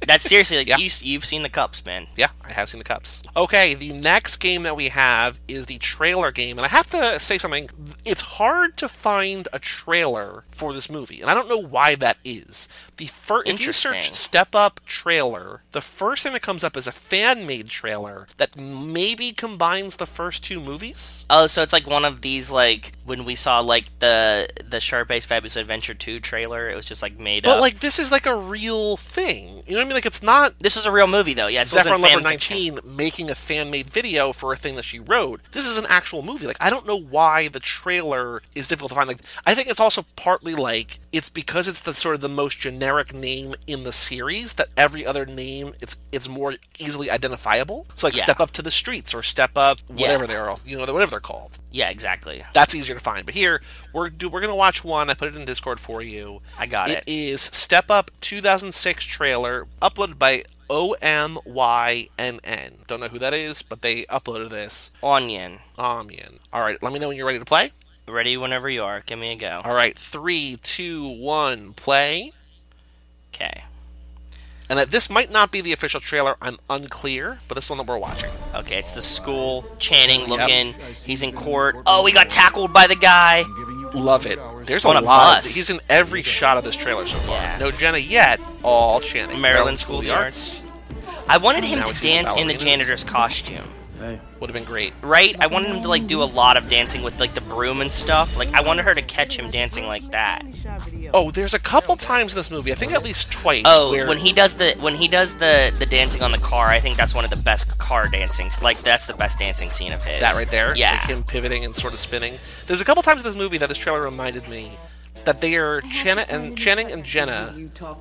Speaker 3: that's seriously like
Speaker 2: Yeah.
Speaker 3: you, you've seen the cups, man.
Speaker 2: Yeah, I have seen the cups. Okay, the next game that we have is the trailer game, and I have to say something. It's hard to find a trailer for this movie, and I don't know why that is. The first, if you search
Speaker 3: Interesting.
Speaker 2: "Step Up" trailer, the first thing that comes up is a fan-made trailer that maybe combines the first two movies.
Speaker 3: Oh, so it's like one of these like when we saw like the the Sharpay's Fabulous Adventure two trailer. It was just like made
Speaker 2: But
Speaker 3: up.
Speaker 2: like, this is like a real thing. You know what I mean? Like, it's not
Speaker 3: this was a real movie though. Yeah, this
Speaker 2: Zephyr
Speaker 3: wasn't
Speaker 2: Lover
Speaker 3: fan
Speaker 2: 19 making a fan made video for a thing that she wrote. This is an actual movie. Like, I don't know why the trailer is difficult to find. Like, I think it's also partly like it's because it's the sort of the most generic name in the series that every other name it's it's more easily identifiable. So like
Speaker 3: Yeah.
Speaker 2: step up to the streets or step up whatever
Speaker 3: Yeah.
Speaker 2: they're all- you know whatever they're called.
Speaker 3: Yeah, exactly.
Speaker 2: That's easier to find. But here we're do, we're gonna watch one. I put it in Discord for you.
Speaker 3: I got it.
Speaker 2: It is Step Up 2006 trailer uploaded by OMYNN. Don't know who that is, but they uploaded this.
Speaker 3: Onion.
Speaker 2: Omyan. All right, let me know when you're ready to play.
Speaker 3: Ready whenever you are. Give me a go.
Speaker 2: All right, three, two, one, play.
Speaker 3: Okay.
Speaker 2: And that this might not be the official trailer. I'm unclear, but this is one that we're watching.
Speaker 3: Okay, it's the school Channing looking. He's in court. Oh, he got tackled by the guy.
Speaker 2: Love it. There's a
Speaker 3: What a
Speaker 2: lot.
Speaker 3: bus.
Speaker 2: He's in every shot of this trailer so far.
Speaker 3: Yeah.
Speaker 2: No Jenna yet. All Channing.
Speaker 3: Maryland School of the Arts. I wanted him
Speaker 2: Now
Speaker 3: to
Speaker 2: he's in
Speaker 3: dance in the
Speaker 2: ballerinas.
Speaker 3: janitor's costume.
Speaker 2: Would have been great.
Speaker 3: Right? I wanted him to like do a lot of dancing with like the broom and stuff. Like I wanted her to catch him dancing like that.
Speaker 2: Oh, there's a couple times in this movie. I think at least twice.
Speaker 3: Oh,
Speaker 2: where
Speaker 3: when he does the when he does the the dancing on the car, I think that's one of the best car dancings. Like that's the best dancing scene of his.
Speaker 2: that right there.
Speaker 3: Yeah.
Speaker 2: Like him pivoting and sort of spinning. There's a couple times in this movie that this trailer reminded me that they are Channa and Channing and Jenna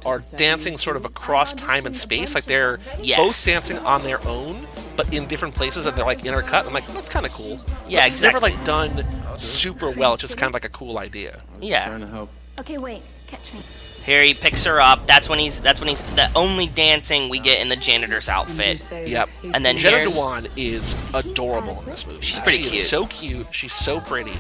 Speaker 2: are dancing sort of across time and space. Like they're
Speaker 3: Yes.
Speaker 2: both dancing on their own, but in different places and they're like intercut. I'm like, that's kinda cool.
Speaker 3: Yeah,
Speaker 2: But it's never like done super well, it's just kind of like a cool idea.
Speaker 3: yeah.
Speaker 4: to help.
Speaker 5: Okay, wait. Catch me.
Speaker 3: Here he picks her up. That's when he's that's when he's the only dancing we get in the janitor's outfit.
Speaker 2: Yep.
Speaker 3: And then
Speaker 2: Jenna
Speaker 3: here's
Speaker 2: Dewan is adorable in this movie.
Speaker 3: She's pretty
Speaker 2: She is
Speaker 3: cute.
Speaker 2: so cute. She's so pretty.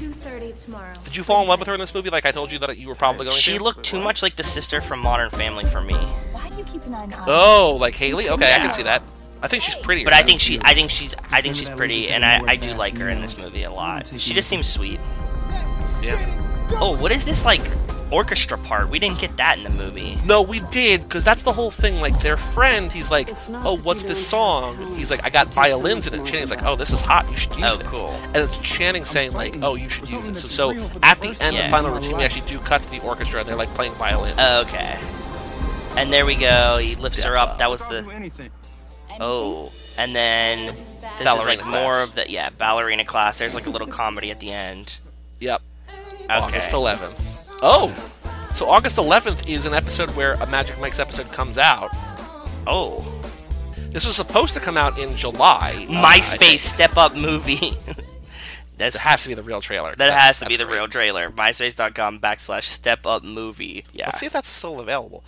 Speaker 5: 2.30 tomorrow.
Speaker 2: Did you fall in love with her in this movie? Like I told you that you were probably going
Speaker 3: she
Speaker 2: to.
Speaker 3: looked too much like the sister from Modern Family for me.
Speaker 5: Why do you keep denying the obvious?
Speaker 2: Oh, like Haley? Okay, I
Speaker 3: Yeah.
Speaker 2: can see that. I think she's pretty.
Speaker 3: But I think she, I think she's, I think she's pretty, and I, I do like her in this movie a lot. She just seems sweet.
Speaker 2: Yeah.
Speaker 3: Oh, what is this like orchestra part? We didn't get that in the movie.
Speaker 2: No, we did because that's the whole thing. Like their friend, he's like, "Oh, what's this song?" He's like, "I got violins in it." Channing's like, "Oh, this is hot. You should use
Speaker 3: Oh,
Speaker 2: this."
Speaker 3: cool.
Speaker 2: And it's Channing saying like, "Oh, you should use this." So, so at the end of
Speaker 3: Yeah.
Speaker 2: the final routine, we actually do cut to the orchestra and they're like playing violin.
Speaker 3: Uh, Okay. And there we go. He lifts her up. That was
Speaker 4: Do
Speaker 3: the
Speaker 4: anything.
Speaker 3: oh. And then this is
Speaker 2: Ballerina
Speaker 3: like more
Speaker 2: class.
Speaker 3: of the yeah ballerina class. There's like a little comedy at the end.
Speaker 2: Yep. August
Speaker 3: Okay.
Speaker 2: 11th. Oh. So August 11th is an episode where a Magic Mike's episode comes out.
Speaker 3: Oh,
Speaker 2: This was supposed to come out in July. uh, I
Speaker 3: MySpace step up movie. That's
Speaker 2: It has to be the real trailer.
Speaker 3: that
Speaker 2: That's-
Speaker 3: has to be
Speaker 2: that's
Speaker 3: the
Speaker 2: great.
Speaker 3: real trailer. MySpace.com backslash step up movie. Yeah.
Speaker 2: Let's see if that's still available.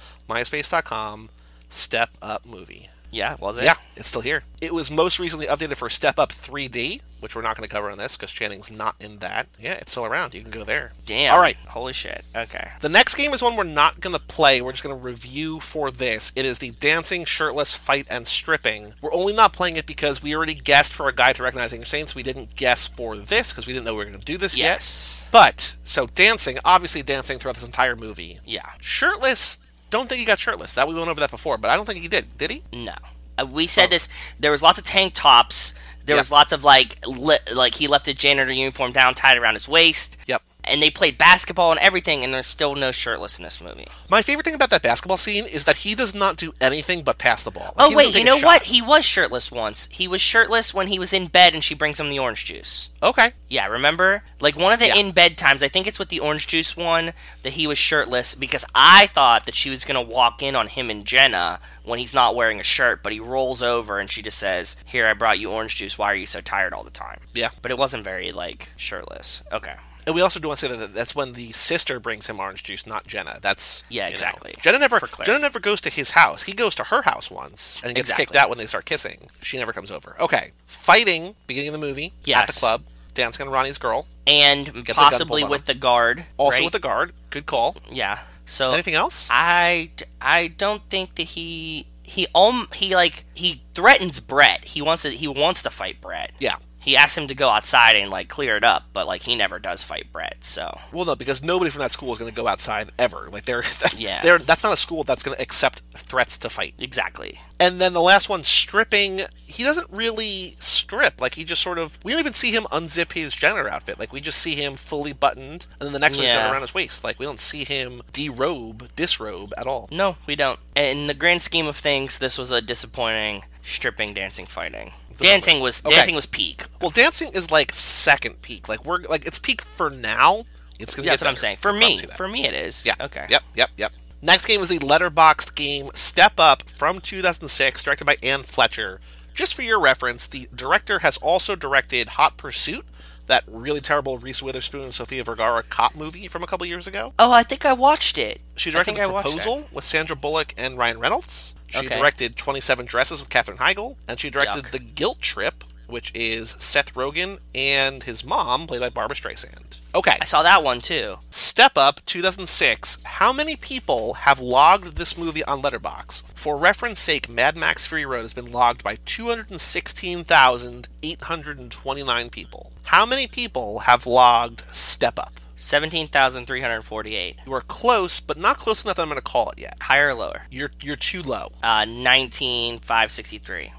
Speaker 2: MySpace.com Step Up Movie.
Speaker 3: Yeah, was it?
Speaker 2: Yeah, it's still here. It was most recently updated for Step Up 3D, which we're not going to cover on this because Channing's not in that. Yeah, it's still around. You can go there.
Speaker 3: Damn.
Speaker 2: All right.
Speaker 3: Holy shit. Okay.
Speaker 2: The next game is one we're not going to play. We're just going to review for this. It is the Dancing, Shirtless, Fight, and Stripping. We're only not playing it because we already guessed for a guide to recognizing your saints. We didn't guess for this because we didn't know we were going to do this
Speaker 3: Yes.
Speaker 2: yet. But, so dancing, obviously dancing throughout this entire movie.
Speaker 3: Yeah.
Speaker 2: Shirtless, don't think he got shirtless. That we went over that before, but I don't think he did. Did he?
Speaker 3: No. Uh, We said this. There was lots of tank tops. There
Speaker 2: Yep.
Speaker 3: was lots of like, li- like he left a janitor uniform down, tied around his waist.
Speaker 2: Yep.
Speaker 3: and they played basketball and everything, and there's still no shirtless in this movie.
Speaker 2: My favorite thing about that basketball scene is that he does not do anything but pass the ball. Like, he
Speaker 3: Oh
Speaker 2: doesn't
Speaker 3: wait,
Speaker 2: take
Speaker 3: you
Speaker 2: a
Speaker 3: know
Speaker 2: shot.
Speaker 3: what? He was shirtless once. He was shirtless when he was in bed and she brings him the orange juice.
Speaker 2: Okay.
Speaker 3: Yeah, remember? Like one of the
Speaker 2: Yeah.
Speaker 3: in bed times, I think it's with the orange juice one that he was shirtless because I thought that she was gonna walk in on him and Jenna when he's not wearing a shirt, but he rolls over and she just says, Here I brought you orange juice, why are you so tired all the time?
Speaker 2: Yeah.
Speaker 3: But it wasn't very like shirtless. Okay.
Speaker 2: And we also do want to say that that's when the sister brings him orange juice, not Jenna. That's
Speaker 3: Yeah,
Speaker 2: you know.
Speaker 3: exactly.
Speaker 2: Jenna never
Speaker 3: For clarity.
Speaker 2: Jenna never goes to his house. He goes to her house once and gets kicked
Speaker 3: Exactly.
Speaker 2: out when they start kissing. She never comes over. Okay, fighting beginning of the movie at
Speaker 3: Yes.
Speaker 2: the club. Dancing on Ronnie's girl,
Speaker 3: And
Speaker 2: gun
Speaker 3: possibly
Speaker 2: pulled on
Speaker 3: with
Speaker 2: him.
Speaker 3: the guard.
Speaker 2: also
Speaker 3: right?
Speaker 2: with a guard. Good call.
Speaker 3: Yeah. So
Speaker 2: Anything else?
Speaker 3: I I don't think that he he um he like he threatens Brett. He wants to he wants to fight Brett.
Speaker 2: yeah.
Speaker 3: He asks him to go outside and like clear it up, but like he never does fight Brett. So
Speaker 2: Well, no, because nobody from that school is going to go outside ever. Like they're,
Speaker 3: Yeah.
Speaker 2: they're that's not a school that's going to accept threats to fight.
Speaker 3: exactly.
Speaker 2: And then the last one, stripping. He doesn't really strip. Like he just sort of. We don't even see him unzip his janitor outfit. Like we just see him fully buttoned, and then the next one's
Speaker 3: Yeah.
Speaker 2: done around his waist. Like we don't see him derobe, disrobe at all.
Speaker 3: No, we don't. In the grand scheme of things, this was a disappointing stripping dancing fighting. Dancing was
Speaker 2: Okay.
Speaker 3: dancing was peak.
Speaker 2: Well, dancing is like second peak. Like we're like it's peak for now. It's gonna.
Speaker 3: Yeah,
Speaker 2: get
Speaker 3: that's what I'm
Speaker 2: better.
Speaker 3: saying. For
Speaker 2: I promise
Speaker 3: me,
Speaker 2: you that.
Speaker 3: for me it is.
Speaker 2: Yeah.
Speaker 3: Okay.
Speaker 2: Yep. Yep. Yep. Next game is the letterboxed game Step Up from 2006, directed by Ann Fletcher. Just for your reference, the director has also directed Hot Pursuit, that really terrible Reese Witherspoon and Sofia Vergara cop movie from a couple years ago.
Speaker 3: Oh, I think I watched it.
Speaker 2: She
Speaker 3: I
Speaker 2: directed
Speaker 3: think
Speaker 2: The
Speaker 3: I watched that.
Speaker 2: Proposal with Sandra Bullock and Ryan Reynolds. She
Speaker 3: Okay.
Speaker 2: directed 27 Dresses with Katherine Heigl. And she directed
Speaker 3: Yuck.
Speaker 2: The Guilt Trip, which is Seth Rogen and his mom, played by Barbara Streisand. Okay.
Speaker 3: I saw that one too.
Speaker 2: Step Up 2006. How many people have logged this movie on Letterbox? For reference sake, Mad Max Fury Road has been logged by 216,829 people. How many people have logged Step Up?
Speaker 3: Seventeen thousand three hundred forty-eight.
Speaker 2: You are close, but not close enough that I'm going to call it yet.
Speaker 3: Higher or lower?
Speaker 2: You're you're too low.
Speaker 3: Uh, nineteen five sixty-three.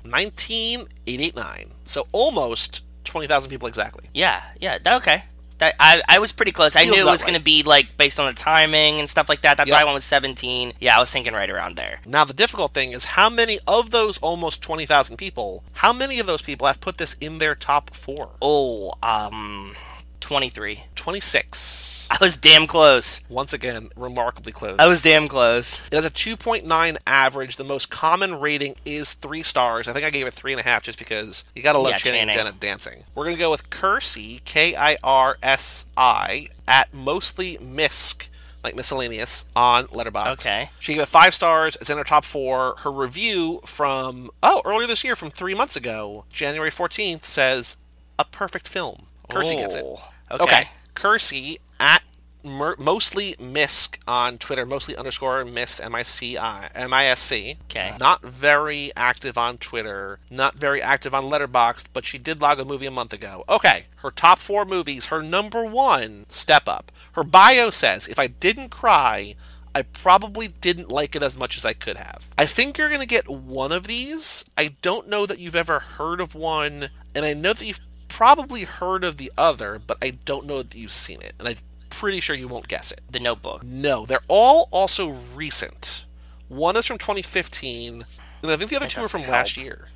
Speaker 2: 19,889. So almost 20,000 people exactly.
Speaker 3: Yeah, yeah, that, okay. That I, I was pretty close. I
Speaker 2: Feels
Speaker 3: knew it
Speaker 2: about
Speaker 3: was going
Speaker 2: right.
Speaker 3: to be like based on the timing and stuff like that. That's why
Speaker 2: Yep.
Speaker 3: I went with 17. Yeah, I was thinking right around there.
Speaker 2: Now the difficult thing is how many of those almost 20,000 people, how many of those people have put this in their top 4?
Speaker 3: Oh, um 23.
Speaker 2: 26.
Speaker 3: I was damn close.
Speaker 2: once again remarkably close.
Speaker 3: I was damn close.
Speaker 2: It has a 2.9 average. The most common rating is three stars. I think I gave it three and a half just because you gotta love
Speaker 3: Yeah,
Speaker 2: Channing, and
Speaker 3: Channing.
Speaker 2: Jenna dancing. We're gonna go with Kirsi, K I R S I, at mostly misc. Like miscellaneous on Letterboxd.
Speaker 3: Okay.
Speaker 2: She gave it five stars. It's in her top four. Her review from, oh, earlier this year, from three months ago, January 14th, says, a perfect film. Kirsi gets it.
Speaker 3: Oh,
Speaker 2: Okay.
Speaker 3: Okay.
Speaker 2: Kersey at mer- mostly misc on Twitter, mostly underscore miss M I C I M I S C.
Speaker 3: Okay.
Speaker 2: Not very active on Twitter, not very active on Letterboxd, but she did log a movie a month ago. Okay. Her top four movies, her number one, Step Up. Her bio says, if I didn't cry, I probably didn't like it as much as I could have. I think you're going to get one of these. I don't know that you've ever heard of one, and I know that you've probably heard of the other, but I don't know that you've seen it, and I'm pretty sure you won't guess it.
Speaker 3: The Notebook.
Speaker 2: No, they're all also recent. One is from 2015, and I think the other
Speaker 3: That
Speaker 2: two are
Speaker 3: doesn't
Speaker 2: from last
Speaker 3: help.
Speaker 2: year.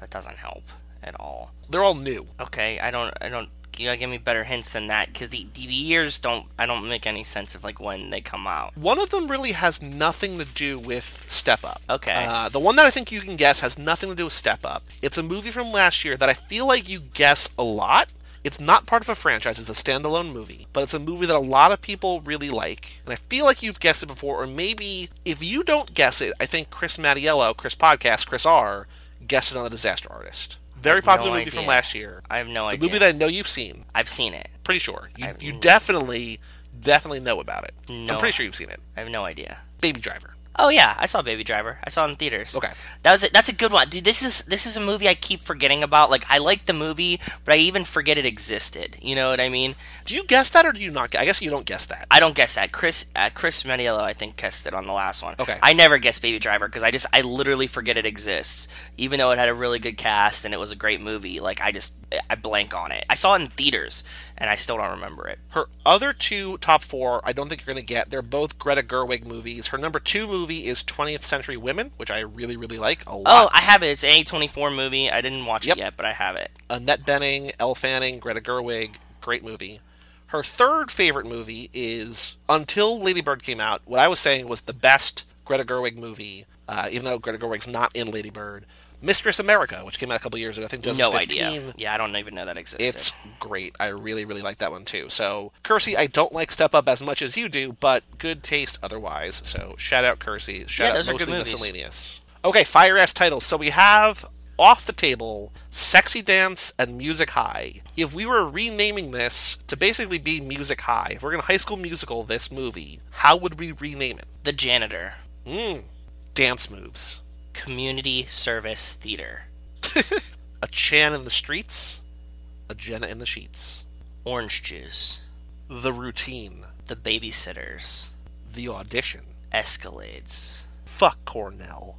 Speaker 3: That doesn't help at all.
Speaker 2: They're all new.
Speaker 3: Okay, I don't I don't you gotta give me better hints than that because the, the years don't I don't make any sense of like when they come out.
Speaker 2: One of them really has nothing to do with Step Up.
Speaker 3: Okay.
Speaker 2: Uh, the one that I think you can guess has nothing to do with Step Up. It's a movie from last year that I feel like you guess a lot. It's not part of a franchise, it's a standalone movie, but it's a movie that a lot of people really like. And I feel like you've guessed it before, or maybe if you don't guess it, I think Chris Mattiello, Chris Podcast, Chris R, guessed it on The Disaster Artist. Very
Speaker 3: no
Speaker 2: popular movie from
Speaker 3: idea.
Speaker 2: last year.
Speaker 3: I have no
Speaker 2: it's
Speaker 3: idea.
Speaker 2: a movie that I know you've seen.
Speaker 3: I've seen it.
Speaker 2: Pretty sure. You,
Speaker 3: I've
Speaker 2: you
Speaker 3: n-
Speaker 2: definitely, definitely know about it.
Speaker 3: No.
Speaker 2: I'm pretty sure you've seen it.
Speaker 3: I have no idea.
Speaker 2: Baby Driver.
Speaker 3: Oh yeah, I saw Baby Driver. I saw it in theaters.
Speaker 2: Okay.
Speaker 3: that was it. That's a good one, dude. This is this is a movie I keep forgetting about. Like I like the movie, but I even forget it existed. You know what I mean?
Speaker 2: Do you guess that or do you not? I guess you don't guess that.
Speaker 3: I don't guess that. Chris uh, Chris Maniello, I think, guessed it on the last one.
Speaker 2: Okay.
Speaker 3: I never guess Baby Driver because I just I literally forget it exists, even though it had a really good cast and it was a great movie. Like I just I blank on it. I saw it in theaters and I still don't remember it.
Speaker 2: Her other two top four, I don't think you're going to get. They're both Greta Gerwig movies. Her number two movie is 20th Century Women, which I really, really like a
Speaker 3: Oh,
Speaker 2: lot.
Speaker 3: I have it. It's an A24 movie. I didn't watch
Speaker 2: Uh, Yep.
Speaker 3: it yet, but I have it.
Speaker 2: Annette Benning, Elle Fanning, Greta Gerwig, great movie. Her third favorite movie is Until Lady Bird came out. What I was saying was the best Greta Gerwig movie, uh, even though Greta Gerwig's not in Lady Bird. Mistress America, which came out a couple years ago, I think
Speaker 3: No
Speaker 2: 2015.
Speaker 3: idea. Yeah, I don't even know that existed.
Speaker 2: It's great. I really, really like that one too. So, Kersey, I don't like Step Up as much as you do, but good taste otherwise. So, shout out Kersey. Shout
Speaker 3: Yeah,
Speaker 2: out
Speaker 3: those are
Speaker 2: mostly
Speaker 3: good movies.
Speaker 2: miscellaneous. Okay, fire ass titles. So we have off the table, sexy dance, and music high. If we were renaming this to basically be music high, if we're gonna High School Musical this movie, how would we rename it? Hmm,
Speaker 3: the janitor.
Speaker 2: Dance moves,
Speaker 3: Community service theater.
Speaker 2: a Chan in the streets, a Jenna in the sheets,
Speaker 3: Orange juice.
Speaker 2: the routine,
Speaker 3: The babysitters.
Speaker 2: the audition.
Speaker 3: Escalades.
Speaker 2: Fuck Cornell.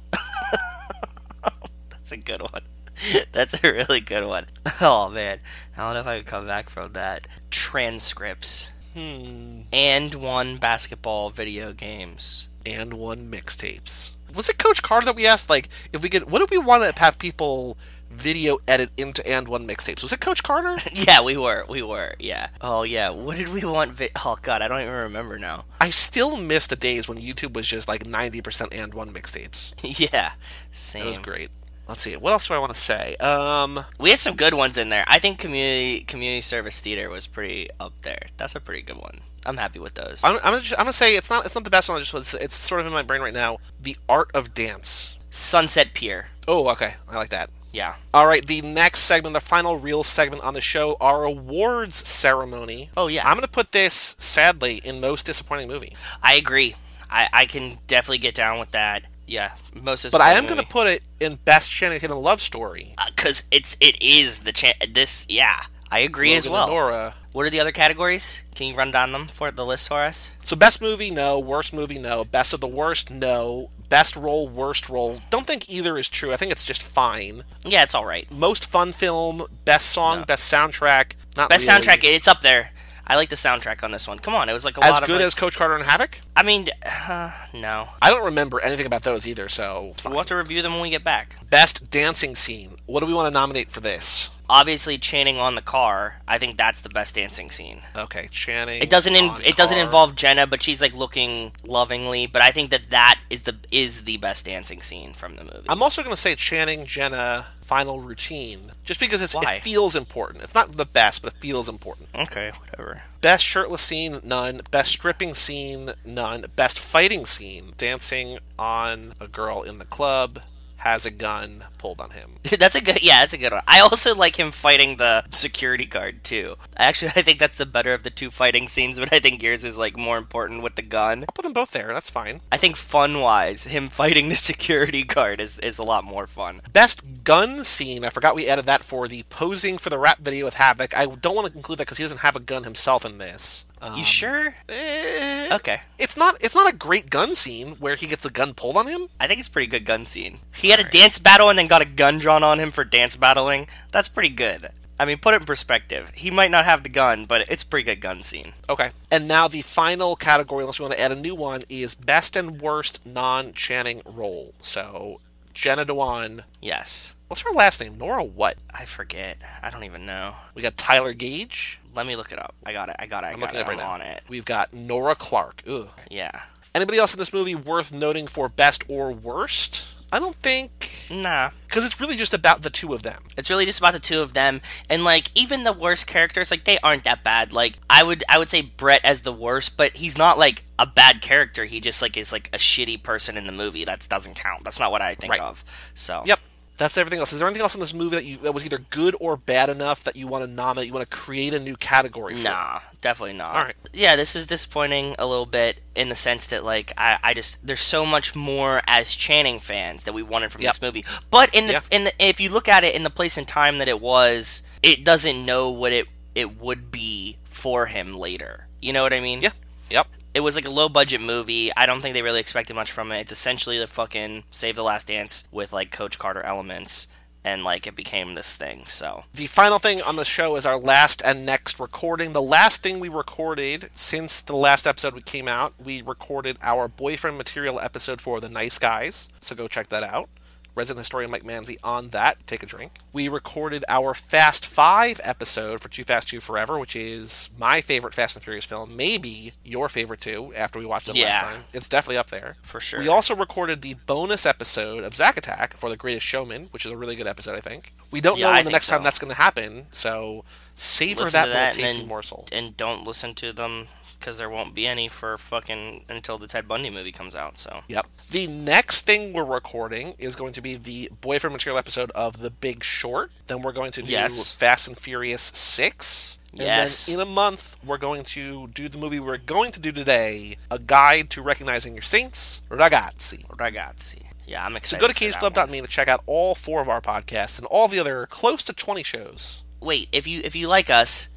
Speaker 3: That's a good one. That's a really good one. Oh man, I don't know if I can come back from that. Transcripts. Hmm. And one basketball video games.
Speaker 2: and one mixtapes. Was it Coach Carter that we asked, like, if we could, what do we want to have people video edit into and one mixtapes? Was it Coach Carter?
Speaker 3: Yeah, we were, we were, yeah. Oh yeah, what did we want? Vi- oh god, I don't even remember now.
Speaker 2: I still miss the days when YouTube was just like 90% and one mixtapes.
Speaker 3: yeah,
Speaker 2: That was
Speaker 3: same.
Speaker 2: great. Let's see. What else do I want to say? Um,
Speaker 3: We had some good ones in there. I think community community service theater was pretty up there. That's a pretty good one. I'm happy with those.
Speaker 2: I'm, I'm, just, I'm gonna say it's not it's not the best one. I just it's, it's sort of in my brain right now. The art of dance.
Speaker 3: Sunset Pier.
Speaker 2: Oh, okay. I like that.
Speaker 3: Yeah.
Speaker 2: All right. The next segment, the final real segment on the show, our awards ceremony.
Speaker 3: Oh, yeah.
Speaker 2: I'm gonna put this sadly in most disappointing movie.
Speaker 3: I agree. I, I can definitely get down with that. Yeah, most.
Speaker 2: But I am going to put it in Best Shanahan and Love Story.
Speaker 3: because Uh, it's it is the chan This yeah, I agree as
Speaker 2: Logan
Speaker 3: well.
Speaker 2: and Nora.
Speaker 3: What are the other categories? Can you run down them for the list for us?
Speaker 2: So Best Movie, no. Worst Movie, no. Best of the Worst, no. Best Role, Worst Role. Don't think either is true. I think it's just fine.
Speaker 3: Yeah, it's all right.
Speaker 2: Most Fun Film, Best Song, Best Soundtrack. Not
Speaker 3: Best
Speaker 2: really.
Speaker 3: soundtrack. It's up there. I like the soundtrack on this one. Come on, it was like a
Speaker 2: As
Speaker 3: lot
Speaker 2: good
Speaker 3: of.
Speaker 2: as Coach Carter and Havoc?
Speaker 3: I mean, uh, no.
Speaker 2: I don't remember anything about those either, so. it's fine.
Speaker 3: We'll have to review them when we get back.
Speaker 2: Best Dancing Scene. What do we want to nominate for this?
Speaker 3: Obviously, Channing on the car. I think that's the best dancing scene.
Speaker 2: Okay, Channing.
Speaker 3: It doesn't in,
Speaker 2: on
Speaker 3: it doesn't
Speaker 2: car.
Speaker 3: involve Jenna, but she's like looking lovingly. But I think that that is the is the best dancing scene from the movie.
Speaker 2: I'm also going to say Channing Jenna final routine, just because it's,
Speaker 3: Why?
Speaker 2: it feels important. It's not the best, but it feels important.
Speaker 3: okay, whatever.
Speaker 2: Best shirtless scene, none. Best stripping scene, none. Best fighting scene, dancing on a girl in the club, has a gun pulled on him.
Speaker 3: that's a good yeah, that's a good one. I also like him fighting the security guard too. Actually, I think that's the better of the two fighting scenes, but I think yours is like more important with the gun.
Speaker 2: I'll put them both there. That's fine.
Speaker 3: I think fun wise, him fighting the security guard is is a lot more fun.
Speaker 2: Best gun scene. I forgot we added that for the posing for the rap video with Havoc. I don't want to conclude that because he doesn't have a gun himself in this. Um,
Speaker 3: You sure?
Speaker 2: eh,
Speaker 3: Okay.
Speaker 2: It's not. It's not a great gun scene where he gets a gun pulled on him.
Speaker 3: I think it's a pretty good gun scene. He had a dance battle and then got a gun drawn on him for dance battling. That's pretty good. I mean, put it in perspective. He might not have the gun, but it's a pretty good gun scene. Oh,
Speaker 2: Okay. And now the final category, unless we want to add a new one, is best and worst non Channing role. So Jenna Dewan.
Speaker 3: Yes.
Speaker 2: What's her last name? Nora what?
Speaker 3: I forget. I don't even know.
Speaker 2: We got Tyler Gage.
Speaker 3: Let me look it up. I got it. I got it. I
Speaker 2: I'm
Speaker 3: got
Speaker 2: looking
Speaker 3: it.
Speaker 2: up right
Speaker 3: I'm
Speaker 2: now.
Speaker 3: on it.
Speaker 2: We've got Nora Clark. Ugh.
Speaker 3: Yeah.
Speaker 2: Anybody else in this movie worth noting for best or worst? I don't think.
Speaker 3: Nah.
Speaker 2: Because it's really just about the two of them.
Speaker 3: It's really just about the two of them and like even the worst characters like they aren't that bad. Like I would I would say Brett as the worst, but he's not like a bad character. He just like is like a shitty person in the movie. That doesn't count. That's not what I think
Speaker 2: Right.
Speaker 3: of. So
Speaker 2: Yep. That's everything else. Is there anything else in this movie that you that was either good or bad enough that you want to nominate? You want to create a new category? for?
Speaker 3: Nah, definitely not.
Speaker 2: All right.
Speaker 3: Yeah, this is disappointing a little bit in the sense that like I, I just there's so much more as Channing fans that we wanted from
Speaker 2: Yep.
Speaker 3: this movie. But in the
Speaker 2: Yeah.
Speaker 3: in the if you look at it in the place and time that it was, it doesn't know what it it would be for him later. You know what I mean?
Speaker 2: Yeah. Yep.
Speaker 3: It was like a low budget movie. I don't think they really expected much from it. It's essentially the fucking Save the Last Dance with like Coach Carter elements and like it became this thing. So
Speaker 2: The final thing on the show is our last and next recording. The last thing we recorded since the last episode we came out, we recorded our boyfriend material episode for The Nice Guys. So go check that out. Resident historian Mike Manzi on that. Take a drink. We recorded our Fast Five episode for Too Fast, Too Forever, which is my favorite Fast and Furious film, maybe your favorite too. After we watched it
Speaker 3: Yeah.
Speaker 2: last time, it's definitely up there
Speaker 3: For sure.
Speaker 2: We also recorded the bonus episode of Zack Attack for The Greatest Showman, which is a really good episode, I think. We don't
Speaker 3: Yeah,
Speaker 2: know
Speaker 3: I
Speaker 2: when the
Speaker 3: think
Speaker 2: next
Speaker 3: so.
Speaker 2: time that's going to happen, so savor
Speaker 3: listen
Speaker 2: that
Speaker 3: to
Speaker 2: little
Speaker 3: that and
Speaker 2: tasty
Speaker 3: then,
Speaker 2: morsel.
Speaker 3: and don't listen to them because there won't be any for fucking until the Ted Bundy movie comes out. So
Speaker 2: Yep. The next thing we're recording is going to be the boyfriend material episode of The Big Short. Then we're going to do
Speaker 3: Yes.
Speaker 2: Fast and Furious 6. And
Speaker 3: Yes.
Speaker 2: then in a month, we're going to do the movie we're going to do today A Guide to Recognizing Your Saints, Ragazzi.
Speaker 3: ragazzi, yeah, I'm
Speaker 2: So
Speaker 3: excited.
Speaker 2: go to
Speaker 3: for that one.
Speaker 2: cageclub.me to check out all four of our podcasts and all the other close to 20 shows.
Speaker 3: Wait, if you if you like us,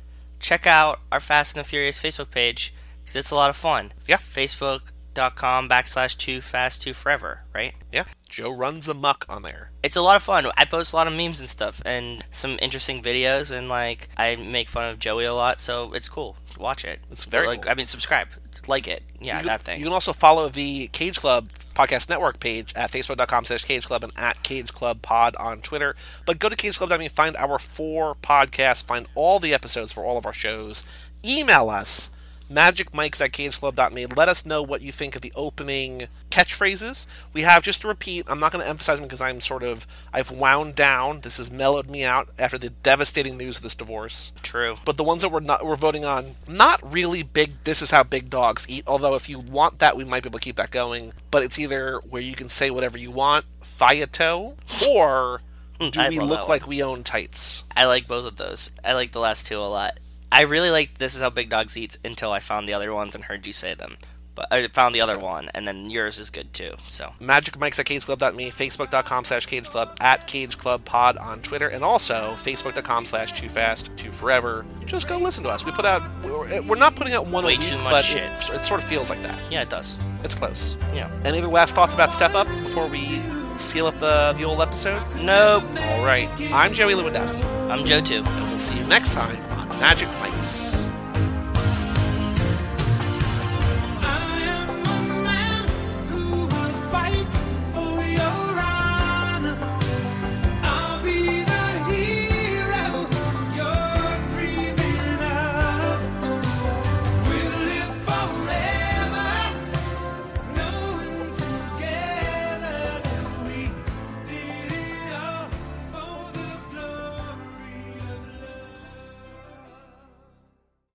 Speaker 3: check out our Fast and the Furious Facebook page because it's a lot of fun.
Speaker 2: Yeah.
Speaker 3: Facebook.com backslash two fast two forever. Right.
Speaker 2: Yeah. Joe runs amok on there.
Speaker 3: It's a lot of fun. I post a lot of memes and stuff and some interesting videos and like I make fun of Joey a lot, so it's cool. Watch it.
Speaker 2: It's very
Speaker 3: like
Speaker 2: cool.
Speaker 3: I mean subscribe. Like it. Yeah,
Speaker 2: you,
Speaker 3: that thing.
Speaker 2: You can also follow the Cage Club podcast network page at facebook.com slash cage club and at cage club pod on Twitter. But go to cageclub.me, find our four podcasts, find all the episodes for all of our shows. Email us magicmikes at cageclub.me. Let us know what you think of the opening catchphrases. We have, just to repeat, I'm not going to emphasize them because I'm sort of, I've wound down. This has mellowed me out after the devastating news of this divorce
Speaker 3: True.
Speaker 2: but the ones that we're not we're voting on not really big this is how big dogs eat although if you want that we might be able to keep that going but it's either where you can say whatever you want fieto or do
Speaker 3: I
Speaker 2: we
Speaker 3: love
Speaker 2: look
Speaker 3: Hmm, that
Speaker 2: like we own tights
Speaker 3: I like both of those. I like the last two a lot. I really like This Is How Big Dogs Eats until I found the other ones and heard you say them. But I found the other one, and then yours is good too. So
Speaker 2: magic mics at cageclub.me facebook.com slash cageclub at cageclubpod on twitter and also facebook.com slash too fast too forever just go listen to us we put out we're, we're not putting out one
Speaker 3: Way
Speaker 2: a week
Speaker 3: too much
Speaker 2: but
Speaker 3: shit.
Speaker 2: It, it sort of feels like that
Speaker 3: yeah, it does.
Speaker 2: it's close
Speaker 3: Yeah.
Speaker 2: any other last thoughts about step up before we seal up the, the old episode
Speaker 3: Nope.
Speaker 2: All right. I'm Joey Lewandowski,
Speaker 3: I'm Joe too.
Speaker 2: and we'll see you next time on Magic Mites.